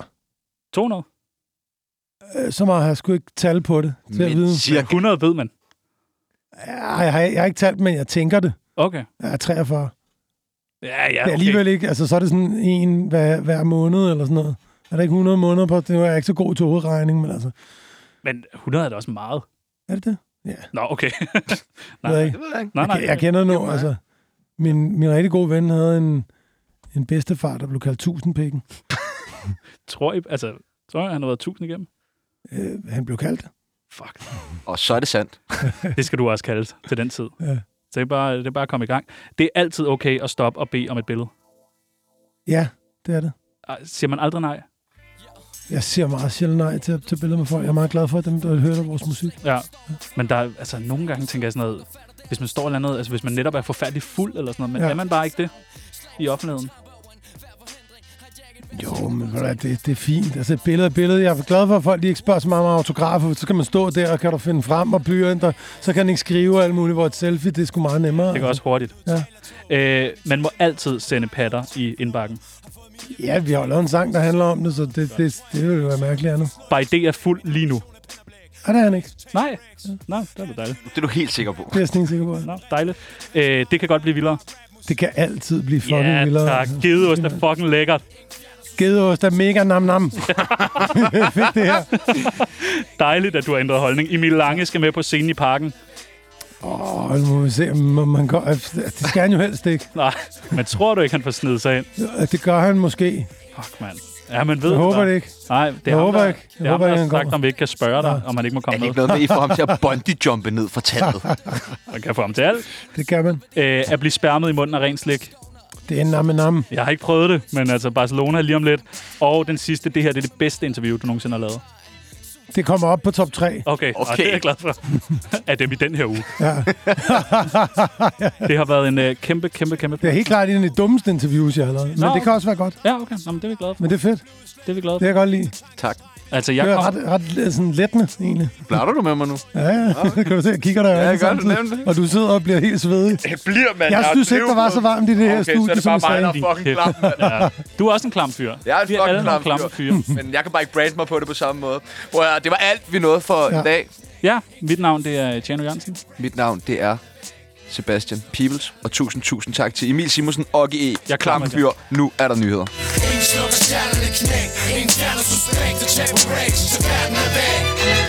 200? Øh, Så meget har jeg sgu ikke tal på det. Til at vide. Men 100 ved man. Ja, jeg, har, jeg har ikke talt, men jeg tænker det. Okay. Jeg er 43. Ja, ja, Ja, okay. Det er alligevel ikke, altså så er det sådan en hver, hver måned eller sådan noget. Er der ikke 100 måneder på? Det var jeg ikke så god til hovedregning, men altså, Men 100 er da også meget. er det det? Ja. Nå, okay. [LAUGHS] Nej, ved jeg ikke. nej, jeg, nej. jeg, jeg kender nu, altså, min, min rigtig gode ven havde en, en bedstefar, der blev kaldt tusindpikken. Tror I, altså, tror jeg, han har været 1000 igennem? Øh, han blev kaldt det. Og så er det sandt. det skal du også kalde det til den tid. [LAUGHS] Ja. Så det er, bare, det er bare at komme i gang. Det er altid okay at stoppe og bede om et billede. Ja, det er det. Ej, Siger man aldrig nej? Jeg siger meget sjældent nej til, til billeder med folk. Jeg er meget glad for, at dem, der hører vores musik. Ja. Men der er, altså, nogle gange tænker jeg sådan noget, hvis man står et eller andet, altså hvis man netop er forfærdelig fuld eller sådan noget, men Ja. ja. er man bare ikke det i offentligheden? Jo, men ved du hvad, det, det er fint. Altså et billede er et billede. Jeg er glad for, at folk de ikke spørger så meget om autografer. Så kan man stå der, og kan du finde frem og blyanter. Så kan den ikke skrive alt muligt, hvor et selfie, det er sgu meget nemmere. Det går også hurtigt. Ja. Øh, man må altid sende patter i indbakken. Ja, vi har jo lavet en sang, der handler om det, så det, det, det ville jo være mærkeligt andet. Bare idé er fuld lige nu. Er det er han ikke? Nej. Nej, det er da dejligt. Det er du helt sikker på. Det er jeg sådan ikke sikker på. Nå, dejligt. Øh, det kan godt blive vildere. Det kan altid blive fucking ja, vildere. tak. Gedeost er fucking lækkert. Gedeost er mega nam [LAUGHS] nam. Fedt det her. Dejligt, at du har ændret holdning. Emil Lange skal med på scenen i parken. Åh, oh, nu må vi se, om om man går... Det skal han jo helst ikke. Nej, men tror du ikke, han får snedet sig ind? Det gør han måske. Fuck, mand. Ja, man ved Jeg håber bare. det ikke. Nej, det er Jeg ham, håber der, ikke. Jeg det er håber ham, ikke, der han har sagt, kommer. om vi ikke kan spørge dig, om han ikke må komme Er det med. ikke noget med, I får ham til at bungee-jumpe ned fra [LAUGHS] tallet? Man kan få ham til alt. Det kan man. Øh, at blive spærmet i munden af ren slik. Det er namme nam. Jeg har ikke prøvet det, men altså Barcelona lige om lidt. Og den sidste, det her det er det bedste interview, du nogensinde har lavet. Det kommer op på top 3. Okay, okay. Og det er jeg glad [LAUGHS] for. Af dem i den her uge. Ja. [LAUGHS] Det har været en øh, kæmpe, kæmpe, kæmpe... Det er helt klart en af de dummeste interviews, jeg har lavet. Men Nå. det kan også være godt. Ja, okay. Nå, men det er vi glade for. Men det er fedt. Det er vi glade Det kan for. jeg godt lide. Tak. Altså, Jeg jeg det er kom... ret, ret sådan lettende, egentlig. Blader du med mig nu? Ja, ja. [LAUGHS] kan du se, jeg kigger dig i Ja, jeg øjnene gør det samtidig, nemlig. Og du sidder og bliver helt svedig. Det bliver man. Jeg synes ikke, der var så varmt i det her Okay, så er studie, det som bare vi mig, der sagde. er fucking klam, Ja. Du er også en klam fyr. Jeg er en Vi er alle nogle fucking klamme klam fyr, men jeg kan bare ikke brande mig på det på samme måde. Prøv at, høre, det var alt, vi nåede for Ja. i dag. Ja, mit navn det er Tjerno Jørgensen. Mit navn, det er Sebastian Peebles, og tusind, tusind tak til Emil Simonsen og GE. Jeg klam fyr. Nu er der nyheder. Ingen slukker stjernerne knæk Ingen fjerner suspekt og taber breaks Så verden er væk